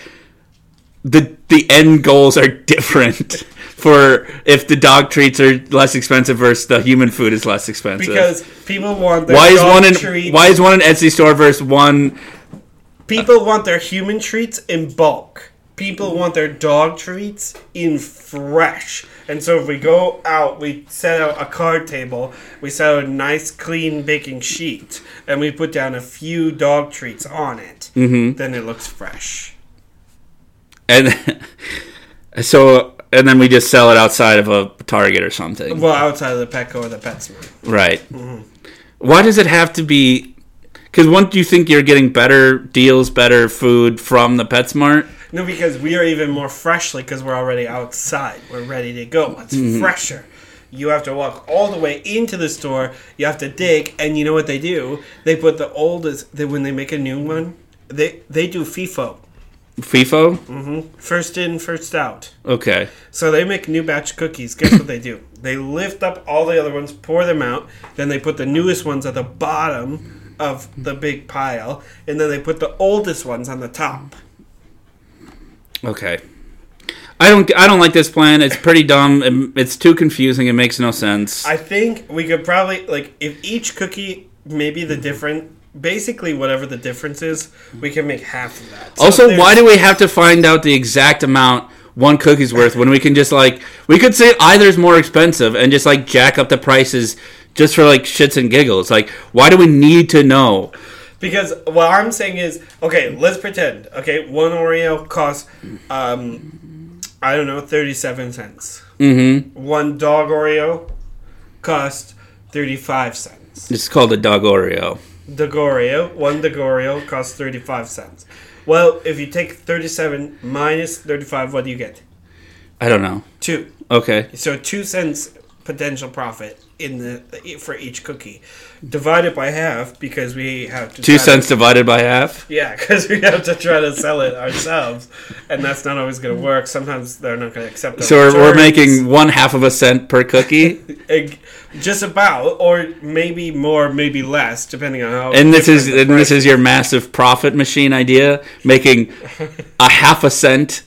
[SPEAKER 1] the the end goals are different for if the dog treats are less expensive versus the human food is less expensive.
[SPEAKER 2] Because people want their
[SPEAKER 1] why is
[SPEAKER 2] dog
[SPEAKER 1] one in
[SPEAKER 2] treats.
[SPEAKER 1] why is one an Etsy store versus one?
[SPEAKER 2] people want their human treats in bulk. People want their dog treats in fresh. And so if we go out, we set out a card table, we set out a nice clean baking sheet, and we put down a few dog treats on it. Mm-hmm. Then it looks fresh.
[SPEAKER 1] And so and then we just sell it outside of a Target or something,
[SPEAKER 2] Well, outside of the Petco or the PetSmart.
[SPEAKER 1] right? Why does it have to be? Because once you think you're getting better deals, better food from the PetSmart,
[SPEAKER 2] No, because we are even more freshly because we're already outside. We're ready to go. It's fresher. You have to walk all the way into the store. You have to dig, and you know what they do? They put the oldest. They, when they make a new one, they they do FIFO,
[SPEAKER 1] FIFO.
[SPEAKER 2] first in, first out.
[SPEAKER 1] Okay.
[SPEAKER 2] So they make new batch cookies. Guess what they do? They lift up all the other ones, pour them out, then they put the newest ones at the bottom of the big pile, and then they put the oldest ones on the top.
[SPEAKER 1] Okay. I don't. I don't like this plan. It's pretty dumb. It, it's too confusing. It makes no sense.
[SPEAKER 2] I think we could probably like if each cookie maybe the
[SPEAKER 1] Mhm.
[SPEAKER 2] different basically whatever the difference is, we can make half of that. So
[SPEAKER 1] also,
[SPEAKER 2] there's-
[SPEAKER 1] why do we have to find out the exact amount one cookie's worth when we can just like we could say either's more expensive and just like jack up the prices just for like shits and giggles? Like, why do we need to know?
[SPEAKER 2] Because what I'm saying is, okay, let's pretend. Okay, one Oreo costs um I don't know, 37 cents. Mm-hmm. One dog Oreo costs 35 cents.
[SPEAKER 1] It's called a dog Oreo.
[SPEAKER 2] Oreo, one Oreo costs 35 cents. Well, if you take 37 minus 35, what do you get?
[SPEAKER 1] I don't know.
[SPEAKER 2] 2.
[SPEAKER 1] Okay.
[SPEAKER 2] So two cents potential profit in the for each cookie, divided by half because we have to
[SPEAKER 1] Two
[SPEAKER 2] try to-
[SPEAKER 1] cents divided by half.
[SPEAKER 2] yeah, because we have to try to sell it ourselves, and that's not always going to work. Sometimes they're not going to accept. Our
[SPEAKER 1] So we're, we're
[SPEAKER 2] returns.
[SPEAKER 1] making one half of a cent per cookie,
[SPEAKER 2] Eg- just about, or maybe more, maybe less, depending on how.
[SPEAKER 1] and this is
[SPEAKER 2] different
[SPEAKER 1] and
[SPEAKER 2] the
[SPEAKER 1] this is your massive profit machine idea, making a half a cent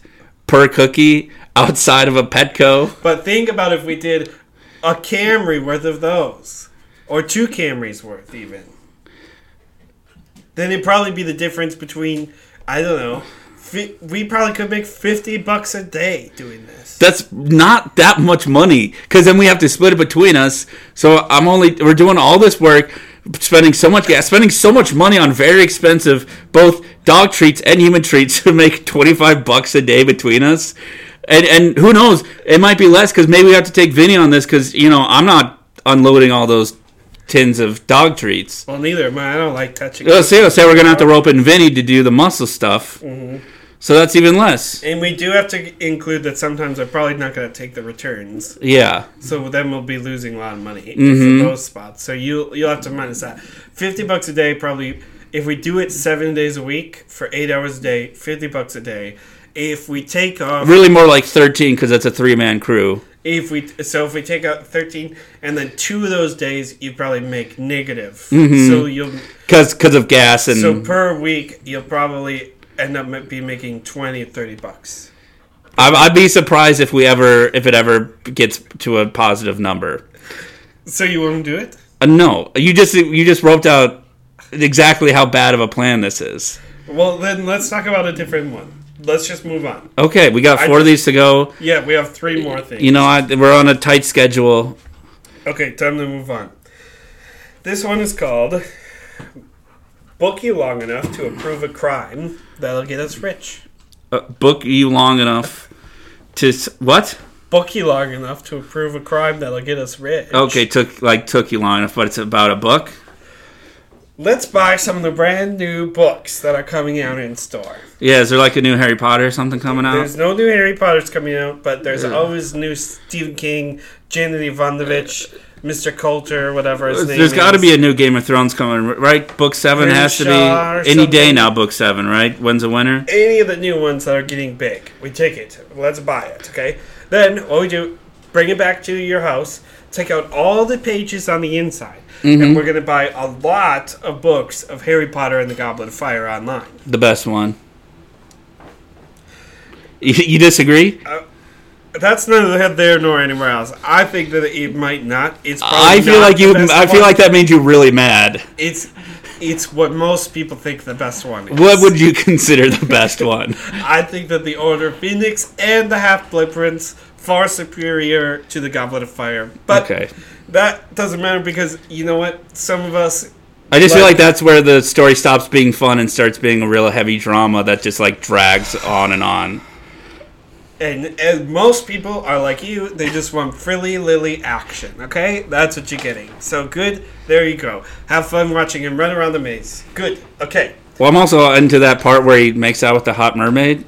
[SPEAKER 1] per cookie outside of a Petco.
[SPEAKER 2] But think about if we did a Camry worth of those, or two Camrys worth even. Then it'd probably be the difference between I don't know. Fi- we probably could make fifty bucks a day doing this.
[SPEAKER 1] That's not that much money because then we have to split it between us. So I'm only we're doing all this work, spending so much gas, spending so much money on very expensive both dog treats and human treats to make 25 bucks a day between us. And and who knows, it might be less because maybe we have to take Vinny on this because you know I'm not unloading all those tins of dog treats.
[SPEAKER 2] Well, neither am I. I don't like touching.
[SPEAKER 1] Let's say, let's say we're gonna have to rope in Vinny to do the muscle stuff. So that's even less.
[SPEAKER 2] And we do have to include that sometimes I'm probably not going to take the returns,
[SPEAKER 1] Yeah.
[SPEAKER 2] so then we'll be losing a lot of money for those spots. So you you'll have to minus that. Fifty bucks a day probably. If we do it seven days a week for eight hours a day, fifty bucks a day. If we take off,
[SPEAKER 1] Really more like 13 because that's a three man crew.
[SPEAKER 2] if we so if we take out thirteen, and then two of those days you probably make negative. So you'll
[SPEAKER 1] Cause, cause of gas and
[SPEAKER 2] so per week you'll probably end up ma- be making 20 30 bucks.
[SPEAKER 1] I, I'd be surprised if we ever if it ever gets to a positive number.
[SPEAKER 2] So you wouldn't do it?
[SPEAKER 1] Uh, no, you just you just roped out exactly how bad of a plan this is.
[SPEAKER 2] Well, then let's talk about a different one. Let's just move on.
[SPEAKER 1] Okay, we got four of these to go.
[SPEAKER 2] Yeah, we have three more things.
[SPEAKER 1] You know, I, we're on a tight schedule.
[SPEAKER 2] Okay, time to move on. This one is called Book You Long Enough to Approve a Crime That'll Get Us Rich.
[SPEAKER 1] Uh, book you long enough to s- what?
[SPEAKER 2] Book You Long Enough to Approve a Crime That'll Get Us Rich.
[SPEAKER 1] Okay, took like took you long enough, but it's about a book.
[SPEAKER 2] Let's buy some of the brand new books that are coming out in store.
[SPEAKER 1] Yeah, is there like a new Harry Potter or something coming out?
[SPEAKER 2] There's no new Harry Potter's coming out, but there's always new Stephen King, Janet Ivanovich, Mr. Coulter, whatever his name
[SPEAKER 1] There's got to
[SPEAKER 2] is.
[SPEAKER 1] be a new Game of Thrones coming, right? Book seven has to
[SPEAKER 2] Grimshaw or
[SPEAKER 1] be any day
[SPEAKER 2] something.
[SPEAKER 1] now. Book seven, right? When's the winner?
[SPEAKER 2] any of the new ones that are getting big. We take it. Let's buy it. Okay. Then what we do? Bring it back to your house. Take out all the pages on the inside,
[SPEAKER 1] Mm-hmm.
[SPEAKER 2] and we're gonna buy a lot of books of Harry Potter and the Goblet of Fire online.
[SPEAKER 1] The best one. You, you disagree?
[SPEAKER 2] That's neither there nor anywhere else. I think that it might not. It's. Probably
[SPEAKER 1] I feel
[SPEAKER 2] not
[SPEAKER 1] like
[SPEAKER 2] the
[SPEAKER 1] you.
[SPEAKER 2] best
[SPEAKER 1] I feel
[SPEAKER 2] one.
[SPEAKER 1] like that made you really mad.
[SPEAKER 2] it's. It's what most people think the best one is.
[SPEAKER 1] What would you consider the best one?
[SPEAKER 2] I think that the Order of Phoenix and the Half Blood Prince far superior to the Goblet of Fire. But
[SPEAKER 1] Okay.
[SPEAKER 2] that doesn't matter because you know what? Some of us
[SPEAKER 1] I just feel
[SPEAKER 2] Like-
[SPEAKER 1] like that's where the story stops being fun and starts being a real heavy drama that just like drags on and on.
[SPEAKER 2] and, and most people are like you, they just want frilly lily action, okay? That's what you're getting. So good, there you go. Have fun watching him run around the maze. Good. Okay.
[SPEAKER 1] Well, I'm also into that part where he makes out with the hot mermaid,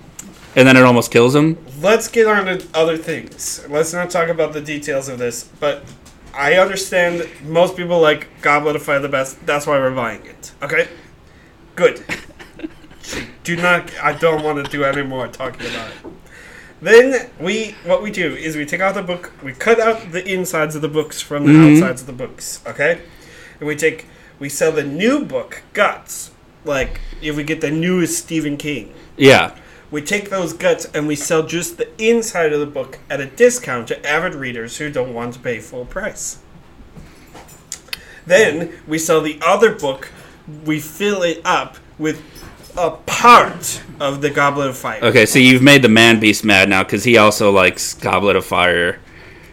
[SPEAKER 1] and then it almost kills him.
[SPEAKER 2] Let's get on to other things. Let's not talk about the details of this, but I understand most people like Goblet of Fire the best. That's why we're buying it. Okay? Good. do not I don't want to do any more talking about it. Then we what we do is we take out the book, we cut out the insides of the books from the outsides of the books, okay? And we take we sell the new book, Guts. Like if we get the newest Stephen King.
[SPEAKER 1] Yeah.
[SPEAKER 2] We take those guts and we sell just the inside of the book at a discount to avid readers who don't want to pay full price. Then we sell the other book, we fill it up with a part of the Goblet of Fire.
[SPEAKER 1] Okay, so you've made the man beast mad now because he also likes Goblet of Fire,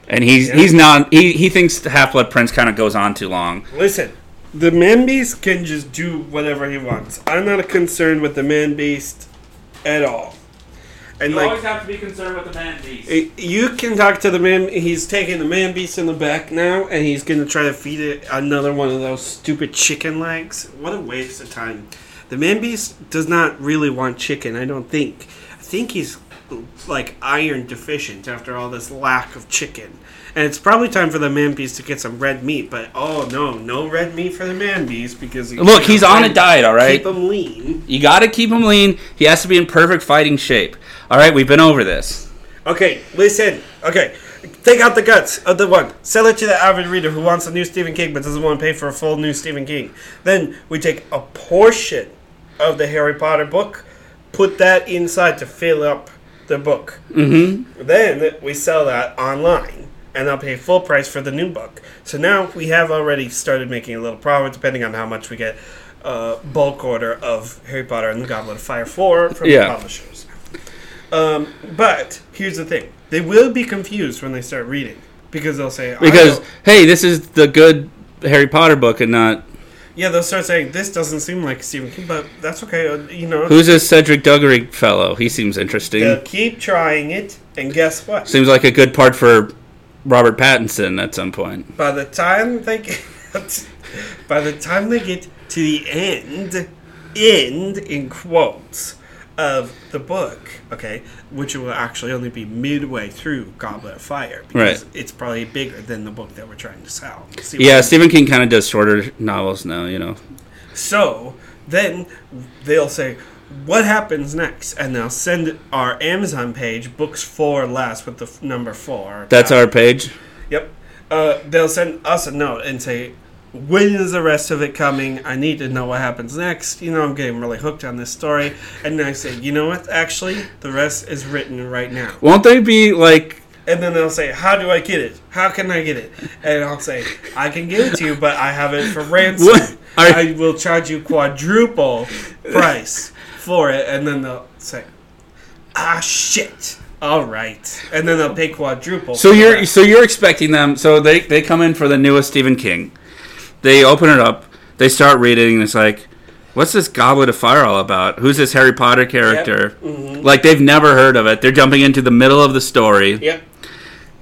[SPEAKER 1] and he's he's not he he thinks Half Blood Prince kind of goes on too long.
[SPEAKER 2] Listen, the man beast can just do whatever he wants. I'm not concerned with the man beast at all. And like
[SPEAKER 1] have to be concerned with the man beast.
[SPEAKER 2] You can talk to the man. He's taking the man beast in the back now, and he's going to try to feed it another one of those stupid chicken legs. What a waste of time. The man beast does not really want chicken, I don't think. I think he's like iron deficient after all this lack of chicken. And it's probably time for the man beast to get some red meat, but oh no, no red meat for the man beast because he-
[SPEAKER 1] Look, he's on a diet, all right?
[SPEAKER 2] Keep him lean.
[SPEAKER 1] You got to keep him lean. He has to be in perfect fighting shape. All right, we've been over this.
[SPEAKER 2] Okay, listen. Okay, take out the guts of the one. Sell it to the avid reader who wants a new Stephen King but doesn't want to pay for a full new Stephen King. Then we take a portion of the Harry Potter book, put that inside to fill up the book. Mm-hmm. Then we sell that online. And I'll pay full price for the new book. So now we have already started making a little profit, depending on how much we get uh, bulk order of Harry Potter and the Goblet of Fire 4 from
[SPEAKER 1] Yeah.
[SPEAKER 2] the publishers. Um, but here's the thing: they will be confused when they start reading because they'll say, I
[SPEAKER 1] Because
[SPEAKER 2] don't-
[SPEAKER 1] hey, this is the good Harry Potter book, and not
[SPEAKER 2] yeah, they'll start saying this doesn't seem like Stephen King, but that's okay. uh, You know,
[SPEAKER 1] who's this Cedric Diggory fellow? He seems interesting.
[SPEAKER 2] they'll keep trying it, and guess what?
[SPEAKER 1] Seems like a good part for Robert Pattinson at some point.
[SPEAKER 2] By the time they get, by the time they get to the end, end in quotes of the book, okay, which will actually only be midway through Goblet of Fire because
[SPEAKER 1] Right.
[SPEAKER 2] it's probably bigger than the book that we're trying to sell. See what
[SPEAKER 1] Yeah,
[SPEAKER 2] I'm
[SPEAKER 1] Stephen King kind of does shorter novels now. You know.
[SPEAKER 2] So then they'll say, "What happens next?" And they'll send our Amazon page books four last with the f- number four.
[SPEAKER 1] That's our page.
[SPEAKER 2] Yep. Uh, they'll send us a note and say, "When is the rest of it coming? I need to know what happens next." You know, I'm getting really hooked on this story. And then I say, "You know what? Actually, the rest is written right now."
[SPEAKER 1] Won't they be like?
[SPEAKER 2] And then they'll say, "How do I get it? How can I get it?" And I'll say, "I can give it to you, but I have it for
[SPEAKER 1] What?
[SPEAKER 2] ransom.
[SPEAKER 1] Are-
[SPEAKER 2] I will charge you quadruple price for it." And then they'll say, "Ah, shit! All right." And then they'll pay quadruple.
[SPEAKER 1] So
[SPEAKER 2] for
[SPEAKER 1] you're
[SPEAKER 2] that.
[SPEAKER 1] so you're expecting them. So they they come in for the newest Stephen King. They open it up. They start reading. and It's like, what's this Goblet of Fire all about? Who's this Harry Potter character?
[SPEAKER 2] Mm-hmm.
[SPEAKER 1] Like they've never heard of it. They're jumping into the middle of the story,
[SPEAKER 2] Yep.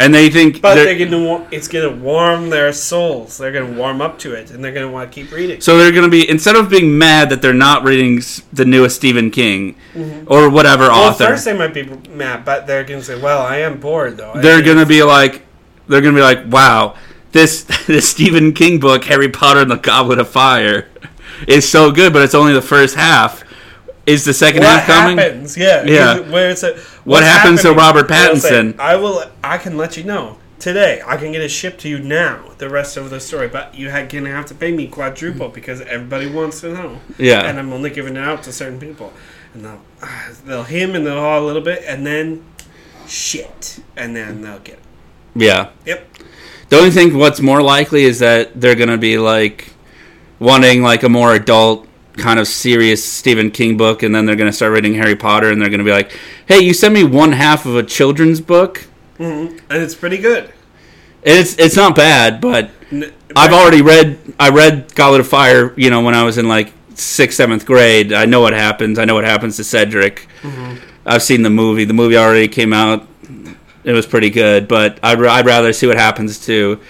[SPEAKER 1] and they think.
[SPEAKER 2] But
[SPEAKER 1] they're-
[SPEAKER 2] they're gonna wa- it's gonna warm their souls. They're gonna warm up to it, and they're gonna want to keep reading.
[SPEAKER 1] so they're going to be instead of being mad that they're not reading s- the newest Stephen King or whatever
[SPEAKER 2] Mm-hmm. Well,
[SPEAKER 1] author.
[SPEAKER 2] first they might be mad, but they're gonna say, "Well, I am bored though." I
[SPEAKER 1] they're
[SPEAKER 2] need-
[SPEAKER 1] gonna be like they're gonna be like wow this this Stephen King book, Harry Potter and the Goblet of Fire, is so good, but it's only the first half. Is the second
[SPEAKER 2] what
[SPEAKER 1] half coming?
[SPEAKER 2] happens? Yeah,
[SPEAKER 1] Yeah.
[SPEAKER 2] is- Where it's a,
[SPEAKER 1] What
[SPEAKER 2] what's
[SPEAKER 1] happens to
[SPEAKER 2] happening?
[SPEAKER 1] Robert
[SPEAKER 2] It'll say,
[SPEAKER 1] Pattinson?
[SPEAKER 2] I will. I can let you know today. I can get it shipped to you now. The rest of the story, but you are gonna have to pay me quadruple because everybody wants to know.
[SPEAKER 1] Yeah.
[SPEAKER 2] and I'm only giving it out to certain people, and they'll ah, they'll him and they'll haw a little bit, and then shit, and then they'll get it.
[SPEAKER 1] Yeah.
[SPEAKER 2] Yep.
[SPEAKER 1] The only thing what's more likely is that they're gonna be like wanting like a more adult kind of serious Stephen King book, and then they're gonna start reading Harry Potter, and they're gonna be like, "Hey, you sent me one half of a children's book.
[SPEAKER 2] hmm And it's pretty good.
[SPEAKER 1] It's it's not bad, but
[SPEAKER 2] N-
[SPEAKER 1] I've already read I read Goblet of Fire. You know, when I was in like sixth, seventh grade, I know what happens. I know what happens to Cedric. I've seen the movie. The movie already came out. It was pretty good, but I'd, ra- I'd rather see what happens to,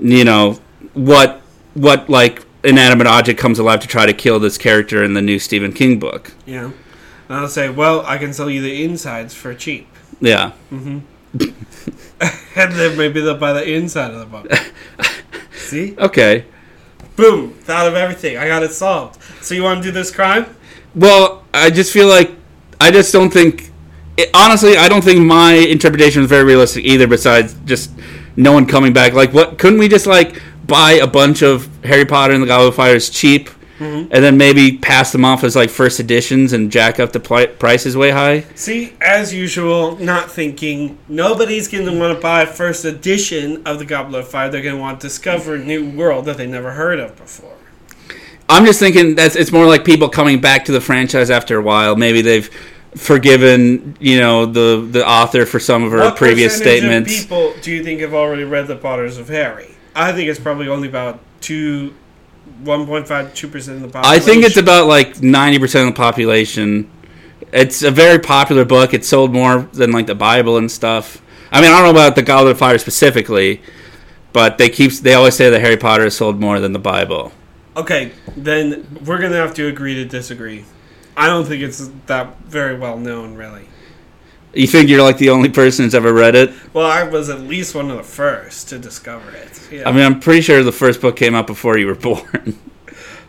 [SPEAKER 1] you know, what what like inanimate object comes alive to try to kill this character in the new Stephen King book.
[SPEAKER 2] Yeah. And I'll say, well, I can sell you the insides for cheap.
[SPEAKER 1] Yeah,
[SPEAKER 2] And then maybe they'll buy the inside of the book. See?
[SPEAKER 1] okay.
[SPEAKER 2] Boom! Thought of everything. I got it solved. So you want to do this crime?
[SPEAKER 1] Well, I just feel like I just don't think. It, honestly, I don't think my interpretation is very realistic either. Besides just no one coming back. Like, what couldn't we just like buy a bunch of Harry Potter and the Goblet of Fire is cheap,
[SPEAKER 2] Mm-hmm.
[SPEAKER 1] and then maybe pass them off as like first editions and jack up the pli- prices way high?
[SPEAKER 2] See, as usual, not thinking. Nobody's going to want to buy a first edition of the Goblet of Fire. They're going to want to discover a new world that they never heard of before.
[SPEAKER 1] I'm just thinking that's it's more like people coming back to the franchise after a while. Maybe they've forgiven you know the the author for some of her
[SPEAKER 2] What
[SPEAKER 1] previous
[SPEAKER 2] percentage of
[SPEAKER 1] statements.
[SPEAKER 2] people do you think have already read the Potters of Harry? I think it's probably only about two, one point five, two percent of the
[SPEAKER 1] I
[SPEAKER 2] population.
[SPEAKER 1] think it's about like ninety percent of the population. It's a very popular book. It sold more than like the Bible and stuff. I mean, I don't know about the Goblet of Fire specifically, but they keep they always say that Harry Potter has sold more than the Bible.
[SPEAKER 2] Okay, then we're gonna have to agree to disagree. I don't think it's that very well known, really.
[SPEAKER 1] You think you're like the only person who's ever read it?
[SPEAKER 2] Well, I was at least one of the first to discover it. Yeah.
[SPEAKER 1] I mean, I'm pretty sure the first book came out before you were born.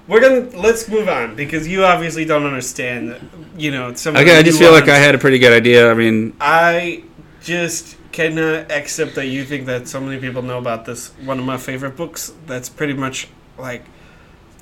[SPEAKER 2] we're gonna let's move on because you obviously don't understand. You know, some. of
[SPEAKER 1] okay,
[SPEAKER 2] the
[SPEAKER 1] I just feel like I
[SPEAKER 2] nuance.
[SPEAKER 1] had a pretty good idea. I mean,
[SPEAKER 2] I just cannot accept that you think that so many people know about this one of my favorite books. That's pretty much like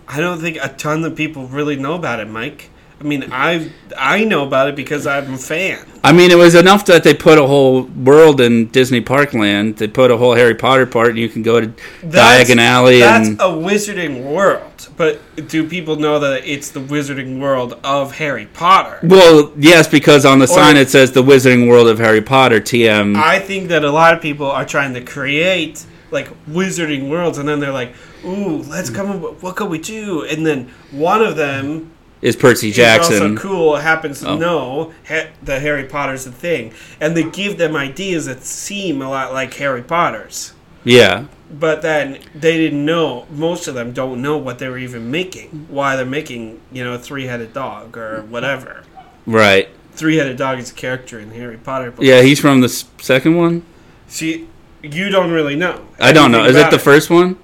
[SPEAKER 2] I don't think a ton of people really know about it, Mike. I mean, I I know about it because I'm a fan.
[SPEAKER 1] I mean, it was enough that they put a whole world in Disney Parkland. They put a whole Harry Potter part, and you can go to
[SPEAKER 2] That's-
[SPEAKER 1] Diagon Alley
[SPEAKER 2] That's
[SPEAKER 1] and
[SPEAKER 2] a wizarding world, but do people know that it's the wizarding world of Harry Potter?
[SPEAKER 1] Well, yes, because on the sign
[SPEAKER 2] Or-
[SPEAKER 1] it says the Wizarding World of Harry Potter TM.
[SPEAKER 2] I think that a lot of people are trying to create like wizarding worlds, and then they're like, "Ooh, let's come. up with- What could we do?" And then one of them
[SPEAKER 1] is Percy
[SPEAKER 2] is
[SPEAKER 1] Jackson.
[SPEAKER 2] also cool. Happens to
[SPEAKER 1] Oh.
[SPEAKER 2] know ha- that Harry Potter's a thing, and they give them ideas that seem a lot like Harry Potter's.
[SPEAKER 1] Yeah.
[SPEAKER 2] But then they didn't know. Most of them don't know what they were even making. Why they're making, you know, a three-headed dog or whatever.
[SPEAKER 1] Right.
[SPEAKER 2] Three-headed dog is a character in the Harry Potter. Book.
[SPEAKER 1] Yeah, he's from the s- second one.
[SPEAKER 2] See, you don't really know.
[SPEAKER 1] I don't know.
[SPEAKER 2] anything
[SPEAKER 1] Is it
[SPEAKER 2] about
[SPEAKER 1] the first one?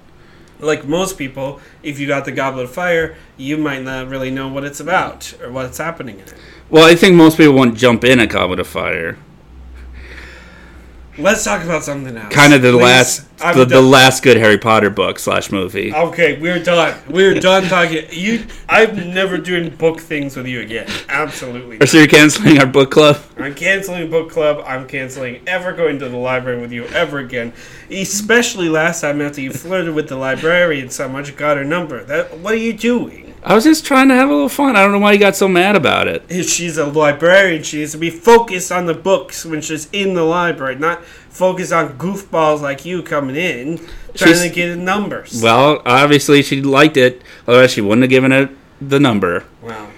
[SPEAKER 2] Like most people, if you got the Goblet of Fire, you might not really know what it's about or what's happening in it.
[SPEAKER 1] Well, I think most people won't jump in a Goblet of Fire.
[SPEAKER 2] Let's talk about something else.
[SPEAKER 1] Kind of the
[SPEAKER 2] Please,
[SPEAKER 1] last,
[SPEAKER 2] I'm
[SPEAKER 1] the, the
[SPEAKER 2] done.
[SPEAKER 1] last good Harry Potter book slash movie.
[SPEAKER 2] Okay, we're done. We're done talking. You, I'm never doing book things with you again. Absolutely.
[SPEAKER 1] So you're canceling our book club?
[SPEAKER 2] I'm canceling book club. I'm canceling ever going to the library with you ever again. Especially last time after you flirted with the librarian so much, got her number. That what are you doing?
[SPEAKER 1] I was just trying to have a little fun. I don't know why you got so mad about it.
[SPEAKER 2] If she's a librarian, she needs to be focused on the books when she's in the library, not focused on goofballs like you coming in trying
[SPEAKER 1] She's-
[SPEAKER 2] to get in numbers. Well,
[SPEAKER 1] Well, obviously she liked it, otherwise she wouldn't have given it the number.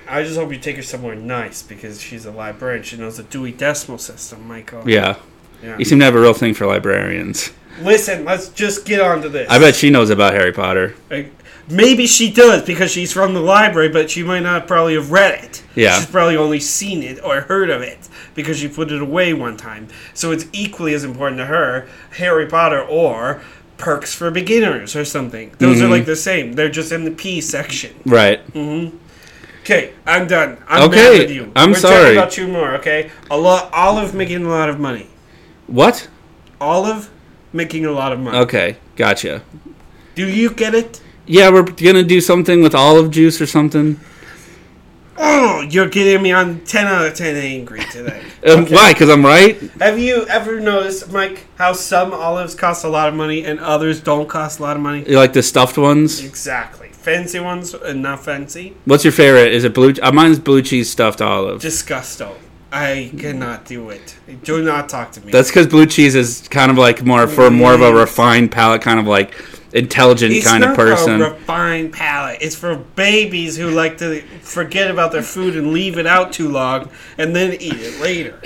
[SPEAKER 2] I just hope you take her somewhere nice because she's a librarian. She knows the Dewey Decimal System, Michael.
[SPEAKER 1] Yeah.
[SPEAKER 2] Yeah.
[SPEAKER 1] You seem to have a real thing for librarians.
[SPEAKER 2] Listen, let's just get on to this.
[SPEAKER 1] I bet she knows about Harry Potter.
[SPEAKER 2] Like, maybe she does because she's from the library, but she might not probably have read it.
[SPEAKER 1] Yeah.
[SPEAKER 2] She's probably only seen it or heard of it because she put it away one time. So it's equally as important to her, Harry Potter or Perks for Beginners or something. Those
[SPEAKER 1] Mm-hmm.
[SPEAKER 2] are like the same. They're just in the P section.
[SPEAKER 1] Right.
[SPEAKER 2] Okay, I'm done. I'm
[SPEAKER 1] Okay,
[SPEAKER 2] mad with you.
[SPEAKER 1] I'm
[SPEAKER 2] We're
[SPEAKER 1] sorry.
[SPEAKER 2] talking about two more, okay? A lot, Olive making a lot of money.
[SPEAKER 1] What?
[SPEAKER 2] Olive making a lot of money.
[SPEAKER 1] Okay, gotcha.
[SPEAKER 2] Do you get it?
[SPEAKER 1] Yeah, we're gonna do something with olive juice or something.
[SPEAKER 2] Oh, you're getting me on 10 out of 10 angry today.
[SPEAKER 1] Um, Why? Because I'm right.
[SPEAKER 2] Have you ever noticed, Mike, how some olives cost a lot of money and others don't cost a lot of money?
[SPEAKER 1] You like the stuffed ones?
[SPEAKER 2] Exactly. Fancy ones and not fancy.
[SPEAKER 1] What's your favorite? Is it blue? Uh, mine's blue cheese stuffed olive.
[SPEAKER 2] Disgusto. I cannot do it. Do not talk to me.
[SPEAKER 1] That's because blue cheese is kind of like more for more of a refined palate, kind of like intelligent
[SPEAKER 2] it's
[SPEAKER 1] kind
[SPEAKER 2] not
[SPEAKER 1] of
[SPEAKER 2] for
[SPEAKER 1] person.
[SPEAKER 2] a refined palate. It's for babies who like to forget about their food and leave it out too long and then eat it later.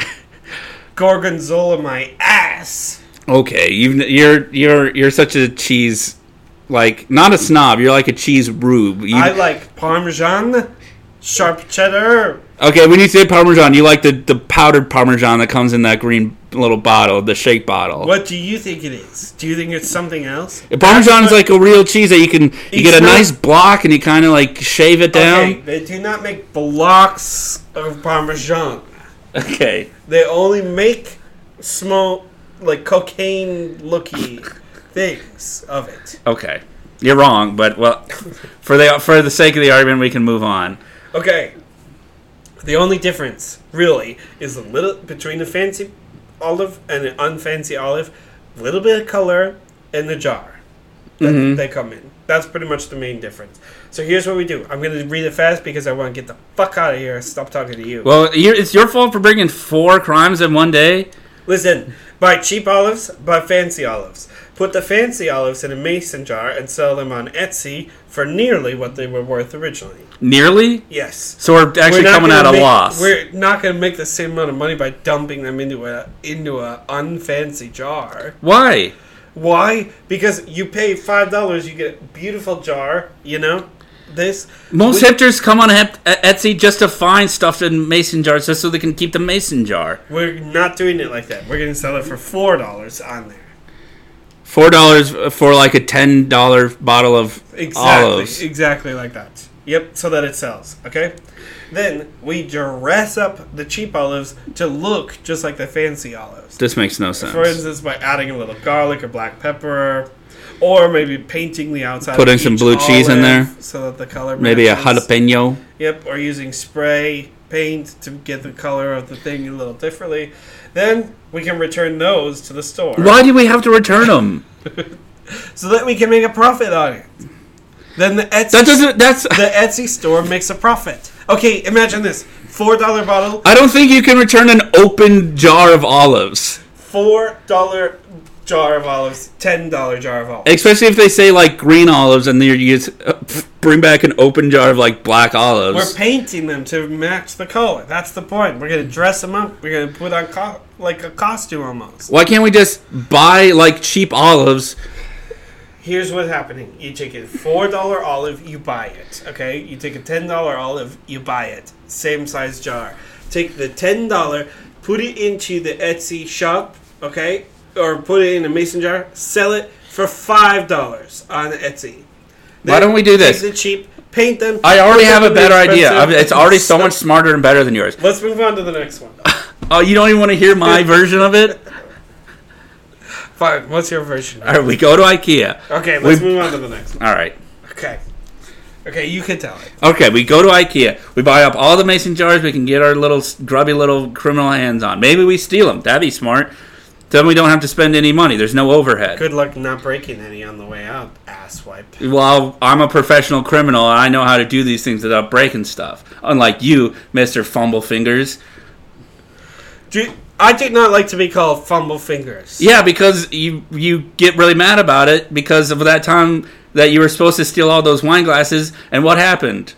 [SPEAKER 2] Gorgonzola, my ass.
[SPEAKER 1] Okay, you've, you're you're you're such a cheese like not a snob. You're like a cheese rube. You,
[SPEAKER 2] I like Parmesan, sharp cheddar.
[SPEAKER 1] okay, when you say parmesan, you like the the powdered parmesan that comes in that green little bottle, the shake bottle.
[SPEAKER 2] What do you think it is? Do you think it's something else?
[SPEAKER 1] Parmesan is like a real cheese that you can you get a
[SPEAKER 2] not-
[SPEAKER 1] nice block and you kind of like shave it
[SPEAKER 2] Okay,
[SPEAKER 1] down.
[SPEAKER 2] they do not make blocks of Parmesan.
[SPEAKER 1] Okay.
[SPEAKER 2] They only make small, like cocaine looky things of it.
[SPEAKER 1] Okay. You're wrong, but well, for the for the sake of the argument, we can move on.
[SPEAKER 2] Okay. The only difference, really, is a little between a fancy olive and an unfancy olive, a little bit of color in the jar that they come in. That's pretty much the main difference. So here's what we do. I'm going to read it fast because I want to get the fuck out of here and stop talking to you.
[SPEAKER 1] Well, you it's your fault for bringing four crimes in one day.
[SPEAKER 2] Listen, buy cheap olives, buy fancy olives. Put the fancy olives in a mason jar and sell them on Etsy for nearly what they were worth originally.
[SPEAKER 1] Nearly.
[SPEAKER 2] Yes.
[SPEAKER 1] So we're actually
[SPEAKER 2] not
[SPEAKER 1] coming out
[SPEAKER 2] gonna
[SPEAKER 1] a
[SPEAKER 2] make-
[SPEAKER 1] loss.
[SPEAKER 2] We're not going to make the same amount of money by dumping them into a into a unfancy jar.
[SPEAKER 1] Why?
[SPEAKER 2] Why? Because you pay five dollars, you get a beautiful jar. You know, this
[SPEAKER 1] Most
[SPEAKER 2] we-
[SPEAKER 1] hipsters come on Hep- Etsy just to find stuff in mason jars, just so they can keep the mason jar.
[SPEAKER 2] we're not doing it like that. We're going to sell it for four dollars on there.
[SPEAKER 1] Four dollars for like a ten dollar bottle of
[SPEAKER 2] Exactly,
[SPEAKER 1] olives.
[SPEAKER 2] exactly like that. Yep, so that it sells. Okay, then we dress up the cheap olives to look just like the fancy olives.
[SPEAKER 1] This makes no sense.
[SPEAKER 2] For instance, by adding a little garlic or black pepper, or maybe painting the outside.
[SPEAKER 1] Putting
[SPEAKER 2] of
[SPEAKER 1] some
[SPEAKER 2] each
[SPEAKER 1] blue cheese in
[SPEAKER 2] olive
[SPEAKER 1] there.
[SPEAKER 2] so that the color.
[SPEAKER 1] Maybe a
[SPEAKER 2] matches.
[SPEAKER 1] jalapeno.
[SPEAKER 2] Yep, or using spray paint to get the color of the thing a little differently. Then we can return those to the store,
[SPEAKER 1] Why do we have to return them?
[SPEAKER 2] so that we can make a profit on it. Then the Etsy,
[SPEAKER 1] That doesn't. That's.
[SPEAKER 2] the Etsy store makes a profit. Okay, imagine this: four dollar bottle,
[SPEAKER 1] I don't think you can return an open jar of olives,
[SPEAKER 2] four dollar jar of olives, ten dollar jar of olives.
[SPEAKER 1] especially if they say like green olives, and you use uh, pff, bring back an open jar of like black
[SPEAKER 2] We're
[SPEAKER 1] olives.
[SPEAKER 2] painting them to match the color. That's the point. We're gonna dress them up. We're gonna put on co- like a costume almost.
[SPEAKER 1] Why can't we just buy like cheap olives?
[SPEAKER 2] Here's what's happening: you take a four dollar olive, you buy it. Okay, you take a ten dollar olive, you buy it. Same size jar. Take the ten dollar, put it into the Etsy shop. Okay, or put it in a mason jar. Sell it for five dollars on Etsy.
[SPEAKER 1] Why don't we do
[SPEAKER 2] Take
[SPEAKER 1] this?
[SPEAKER 2] the cheap, paint them.
[SPEAKER 1] I already
[SPEAKER 2] put
[SPEAKER 1] have
[SPEAKER 2] them
[SPEAKER 1] a
[SPEAKER 2] in the
[SPEAKER 1] better idea.
[SPEAKER 2] expensive-
[SPEAKER 1] I mean, it's already so much smarter and better than yours.
[SPEAKER 2] Let's move on to the next one.
[SPEAKER 1] Oh, you don't even want to hear my version of it?
[SPEAKER 2] Fine. What's your version?
[SPEAKER 1] All right, we go to IKEA.
[SPEAKER 2] Okay, let's
[SPEAKER 1] We-
[SPEAKER 2] move on to the next one.
[SPEAKER 1] All right.
[SPEAKER 2] Okay. Okay, you can tell it.
[SPEAKER 1] Okay, we go to IKEA. We buy up all the mason jars we can get our little s- grubby little criminal hands on. Maybe we steal them. That'd be smart. Then we don't have to spend any money. There's no overhead.
[SPEAKER 2] Good luck not breaking any on the way out, asswipe.
[SPEAKER 1] Well, I'm a professional criminal. and I know how to do these things without breaking stuff. Unlike you, Mister Fumble Fingers.
[SPEAKER 2] Do, I do not like to be called fumble fingers.
[SPEAKER 1] Yeah, because you you get really mad about it because of that time that you were supposed to steal all those wine glasses. And what happened?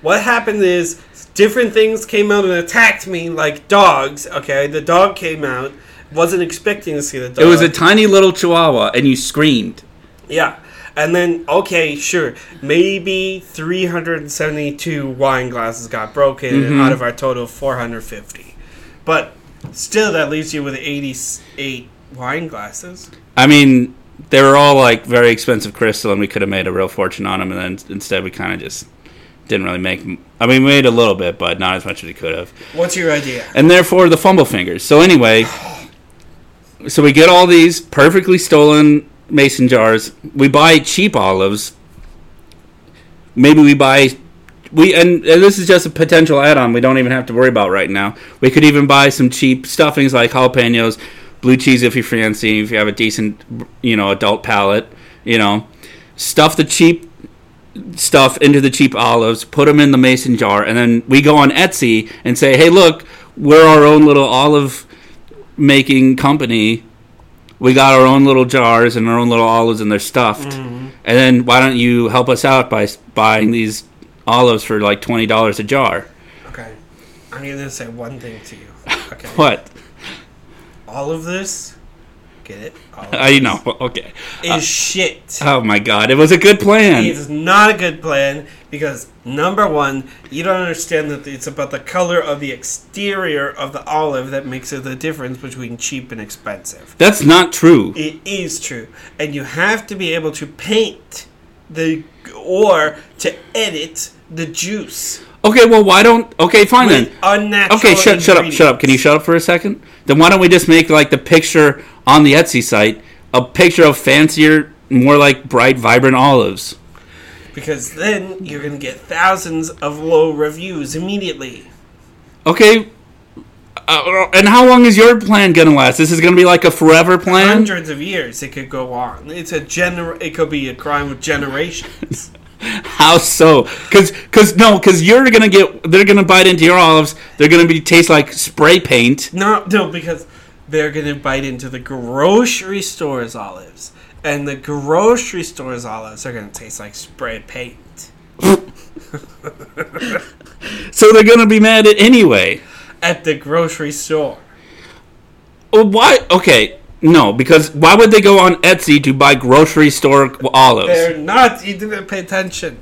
[SPEAKER 2] What happened is different things came out and attacked me like dogs. Okay, the dog came out. Wasn't expecting to see the dog.
[SPEAKER 1] It was a tiny little Chihuahua, and you screamed.
[SPEAKER 2] yeah. And then okay, sure, maybe 372 wine glasses got broken
[SPEAKER 1] Mm-hmm.
[SPEAKER 2] out of our total 450. But still that leaves you with 88 wine glasses.
[SPEAKER 1] I mean, they were all like very expensive crystal, and we could have made a real fortune on them. And then instead, we kind of just didn't really make. m- I mean, we made a little bit, but not as much as we could have.
[SPEAKER 2] What's your idea?
[SPEAKER 1] and therefore the fumble fingers. So anyway, so we get all these perfectly stolen mason jars. We buy cheap olives. Maybe we buy we and, and this is just a potential add-on we don't even have to worry about right now. We could even buy some cheap stuffings like jalapenos, blue cheese if you're fancy, if you have a decent you know adult palate, you know, stuff the cheap stuff into the cheap olives, put them in the mason jar, and then we go on Etsy and say, "Hey, look, we're our own little olive making company. We got our own little jars and our own little olives, and they're stuffed. And then why don't you help us out by s- buying these olives for like twenty dollars a jar?
[SPEAKER 2] Okay. I'm going to say one thing to you. Okay.
[SPEAKER 1] What?
[SPEAKER 2] All of this, get it? All of
[SPEAKER 1] I
[SPEAKER 2] this
[SPEAKER 1] Uh, know. Uh, Okay.
[SPEAKER 2] Is shit.
[SPEAKER 1] Oh my God! It was a good plan.
[SPEAKER 2] It's not a good plan because number one, you don't understand that it's about the color of the exterior of the olive that makes it the difference between cheap and expensive.
[SPEAKER 1] That's not true.
[SPEAKER 2] It is true, and you have to be able to paint the or to edit the juice.
[SPEAKER 1] Okay. Well, why don't? Okay, fine then.
[SPEAKER 2] with unnatural.
[SPEAKER 1] Okay, shut shut up, shut up. Can you shut up for a second? Then why don't we just make like the picture on the Etsy site a picture of fancier, more like bright, vibrant olives?
[SPEAKER 2] ingredients. Because then you're gonna get thousands of low reviews immediately.
[SPEAKER 1] Okay. Uh, and how long is your plan gonna last? This is gonna be like a forever plan.
[SPEAKER 2] Hundreds of years it could go on. It's a gener. It could be a crime of generations.
[SPEAKER 1] How so? Because because no, because you're gonna get they're gonna bite into your olives. They're gonna be taste like spray paint.
[SPEAKER 2] No, no, because they're gonna bite into the grocery store's olives, and the grocery store's olives are gonna taste like spray paint.
[SPEAKER 1] So they're gonna be mad at anyway.
[SPEAKER 2] At the grocery store,
[SPEAKER 1] Well, Why? Okay. No, because why would they go on Etsy to buy grocery store olives?
[SPEAKER 2] they're not. You didn't pay attention.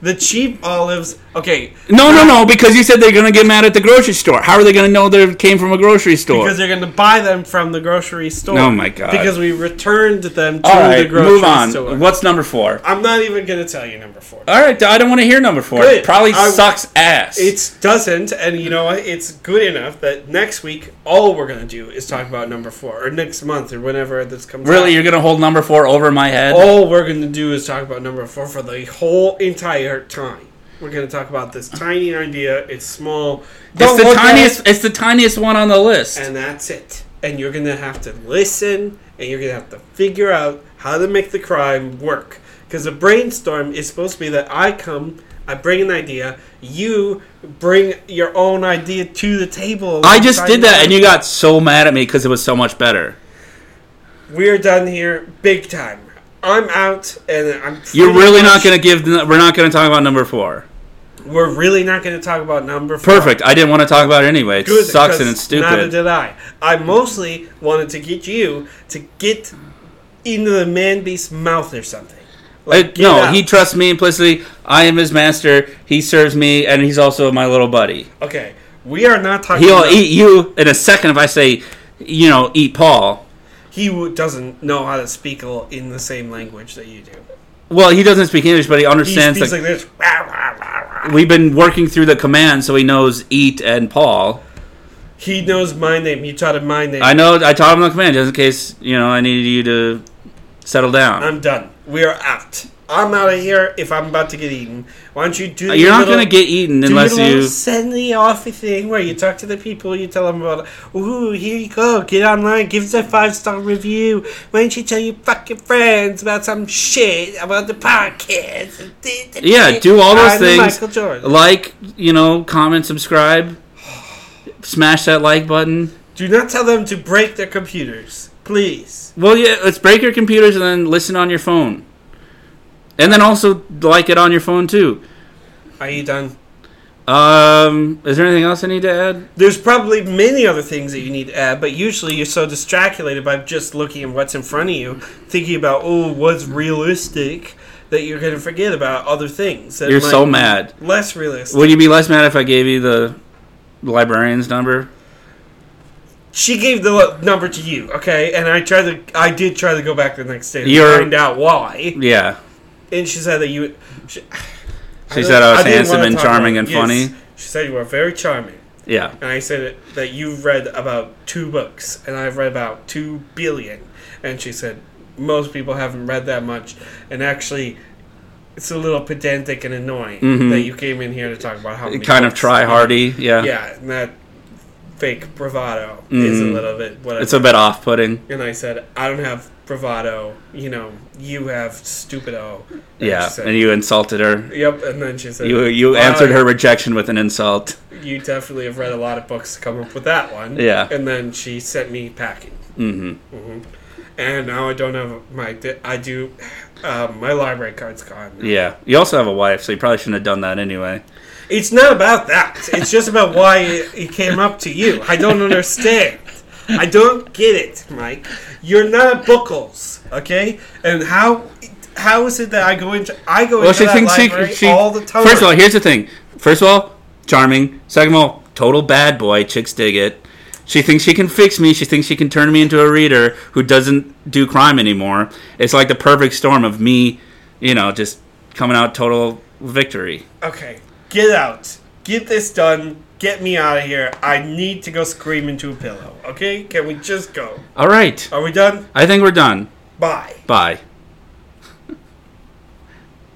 [SPEAKER 2] The cheap olives. Okay,
[SPEAKER 1] No, no, no, because you said they're going to get mad at the grocery store. How are they going to know they came from a grocery store?
[SPEAKER 2] because they're gonna buy them from the grocery store.
[SPEAKER 1] Oh my God.
[SPEAKER 2] Because we returned them to
[SPEAKER 1] All right,
[SPEAKER 2] the grocery
[SPEAKER 1] move on.
[SPEAKER 2] store.
[SPEAKER 1] What's number four?
[SPEAKER 2] I'm not even gonna tell you number four.
[SPEAKER 1] All right, I don't want to hear number four.
[SPEAKER 2] Good.
[SPEAKER 1] It probably
[SPEAKER 2] I-
[SPEAKER 1] sucks ass.
[SPEAKER 2] It doesn't, and you know what? It's good enough that next week all we're gonna do is talk about number four, or next month, or whenever this comes.
[SPEAKER 1] really, you're
[SPEAKER 2] out.
[SPEAKER 1] going to hold number four over my head?
[SPEAKER 2] all we're gonna do is talk about number four for the whole entire time. We're gonna talk about this tiny idea. It's small.
[SPEAKER 1] it's
[SPEAKER 2] Don't
[SPEAKER 1] the
[SPEAKER 2] look at
[SPEAKER 1] tiniest.
[SPEAKER 2] it,
[SPEAKER 1] It's the tiniest one on the list.
[SPEAKER 2] and that's it. And you're gonna have to listen, and you're gonna have to figure out how to make the crime work. Because a brainstorm is supposed to be that I come, I bring an idea, you bring your own idea to the table.
[SPEAKER 1] I just did that, and you got so mad at me because it was so much better.
[SPEAKER 2] We're done here, big time. I'm out, and I'm.
[SPEAKER 1] You're
[SPEAKER 2] pretty
[SPEAKER 1] really not
[SPEAKER 2] much-
[SPEAKER 1] going to give. We're not going to talk about number four.
[SPEAKER 2] We're really not gonna talk about number four.
[SPEAKER 1] Perfect. I didn't want to talk about it anyway. It
[SPEAKER 2] Good,
[SPEAKER 1] sucks and
[SPEAKER 2] 'cause
[SPEAKER 1] it's
[SPEAKER 2] Neither
[SPEAKER 1] stupid.
[SPEAKER 2] did I. I mostly wanted to get you to get into the man beast's mouth or something.
[SPEAKER 1] I-
[SPEAKER 2] Like, get
[SPEAKER 1] no,
[SPEAKER 2] out.
[SPEAKER 1] he trusts me implicitly. I am his master. He serves me, and he's also my little buddy.
[SPEAKER 2] Okay, we are not talking.
[SPEAKER 1] He'll
[SPEAKER 2] about,
[SPEAKER 1] eat you in a second if I say, you know, eat Paul.
[SPEAKER 2] He w- doesn't know how to speak al- in the same language that you do.
[SPEAKER 1] Well, he doesn't speak English, but he
[SPEAKER 2] He
[SPEAKER 1] understands.
[SPEAKER 2] speaks
[SPEAKER 1] like,
[SPEAKER 2] like this. "Rah, rah, rah, rah."
[SPEAKER 1] we've been working through the command, so he knows eat and Paul.
[SPEAKER 2] He knows my name. You taught him my name.
[SPEAKER 1] I know. I taught him the command just in case you know I needed you to settle down.
[SPEAKER 2] I'm done. We are out. I'm out of here. If I'm about to get eaten, why don't you do?
[SPEAKER 1] Uh, You're
[SPEAKER 2] your
[SPEAKER 1] not
[SPEAKER 2] little-
[SPEAKER 1] gonna get eaten
[SPEAKER 2] do your
[SPEAKER 1] unless
[SPEAKER 2] little
[SPEAKER 1] you.
[SPEAKER 2] send the off thing where you talk to the people, you tell them about, ooh, here you go, get online, give us a five star review. Why don't you tell your fucking friends about some shit about the podcast?
[SPEAKER 1] Yeah, do all those
[SPEAKER 2] I'm
[SPEAKER 1] things.
[SPEAKER 2] Michael Jordan.
[SPEAKER 1] Like, you know, comment, subscribe, smash that like button.
[SPEAKER 2] Do not tell them to break their computers, please.
[SPEAKER 1] Well, yeah, let's break your computers and then listen on your phone, and then also like it on your phone too.
[SPEAKER 2] Are you done?
[SPEAKER 1] Um, is there anything else I need to add?
[SPEAKER 2] There's probably many other things that you need to add, but usually you're so distracted by just looking at what's in front of you, thinking about oh what's realistic, that you're going to forget about other things. That
[SPEAKER 1] You're
[SPEAKER 2] might
[SPEAKER 1] so
[SPEAKER 2] be
[SPEAKER 1] mad.
[SPEAKER 2] Less realistic.
[SPEAKER 1] Would you be less mad if I gave you the librarian's number?
[SPEAKER 2] she gave the lo- number to you, okay? And I tried to, I did try to go back the next day to
[SPEAKER 1] You're-
[SPEAKER 2] find out why.
[SPEAKER 1] Yeah.
[SPEAKER 2] And she said that you.
[SPEAKER 1] She
[SPEAKER 2] She, don't-
[SPEAKER 1] said I was
[SPEAKER 2] didn't
[SPEAKER 1] handsome
[SPEAKER 2] wanna
[SPEAKER 1] and
[SPEAKER 2] talk about
[SPEAKER 1] charming
[SPEAKER 2] it.
[SPEAKER 1] and
[SPEAKER 2] Yes.
[SPEAKER 1] funny.
[SPEAKER 2] She said you were very charming,
[SPEAKER 1] Yeah.
[SPEAKER 2] and I said that you've read about two books, and I've read about two billion. And she said most people haven't read that much, and actually. It's a little pedantic and annoying
[SPEAKER 1] Mhm.
[SPEAKER 2] that you came in here to talk about how many
[SPEAKER 1] Kind of
[SPEAKER 2] books-
[SPEAKER 1] try hardy. Yeah.
[SPEAKER 2] yeah, and that fake bravado is a
[SPEAKER 1] Mm.
[SPEAKER 2] little bit whatever.
[SPEAKER 1] It's a bit off putting.
[SPEAKER 2] and I said, I don't have bravado. You know, you have stupido. And
[SPEAKER 1] Yeah.
[SPEAKER 2] she said,
[SPEAKER 1] And you insulted her.
[SPEAKER 2] yep. And then she said,
[SPEAKER 1] You you
[SPEAKER 2] "Wow,
[SPEAKER 1] answered her rejection with an insult.
[SPEAKER 2] You definitely have read a lot of books to come up with that one.
[SPEAKER 1] Yeah.
[SPEAKER 2] And then she sent me packing. Mm-hmm.
[SPEAKER 1] hmm
[SPEAKER 2] And now I don't have my. I do. Um, my library card's gone.
[SPEAKER 1] Yeah. You also have a wife, so you probably shouldn't have done that anyway.
[SPEAKER 2] It's not about that. It's just about why it, it came up to you. I don't understand. I don't get it, Mike. You're not Buckles, okay? And how how is it that I go into I go
[SPEAKER 1] Well,
[SPEAKER 2] into
[SPEAKER 1] she
[SPEAKER 2] that
[SPEAKER 1] thinks
[SPEAKER 2] library
[SPEAKER 1] she, she.
[SPEAKER 2] all the time?
[SPEAKER 1] First of all, here's the thing. First of all, charming. Second of all, total bad boy. Chicks dig it. She thinks she can fix me. She thinks she can turn me into a reader who doesn't do crime anymore. It's like the perfect storm of me, you know, just coming out total victory.
[SPEAKER 2] okay, get out. Get this done. Get me out of here. I need to go scream into a pillow. Okay? Can we just go?
[SPEAKER 1] All right.
[SPEAKER 2] Are we done?
[SPEAKER 1] I think we're done.
[SPEAKER 2] Bye.
[SPEAKER 1] Bye.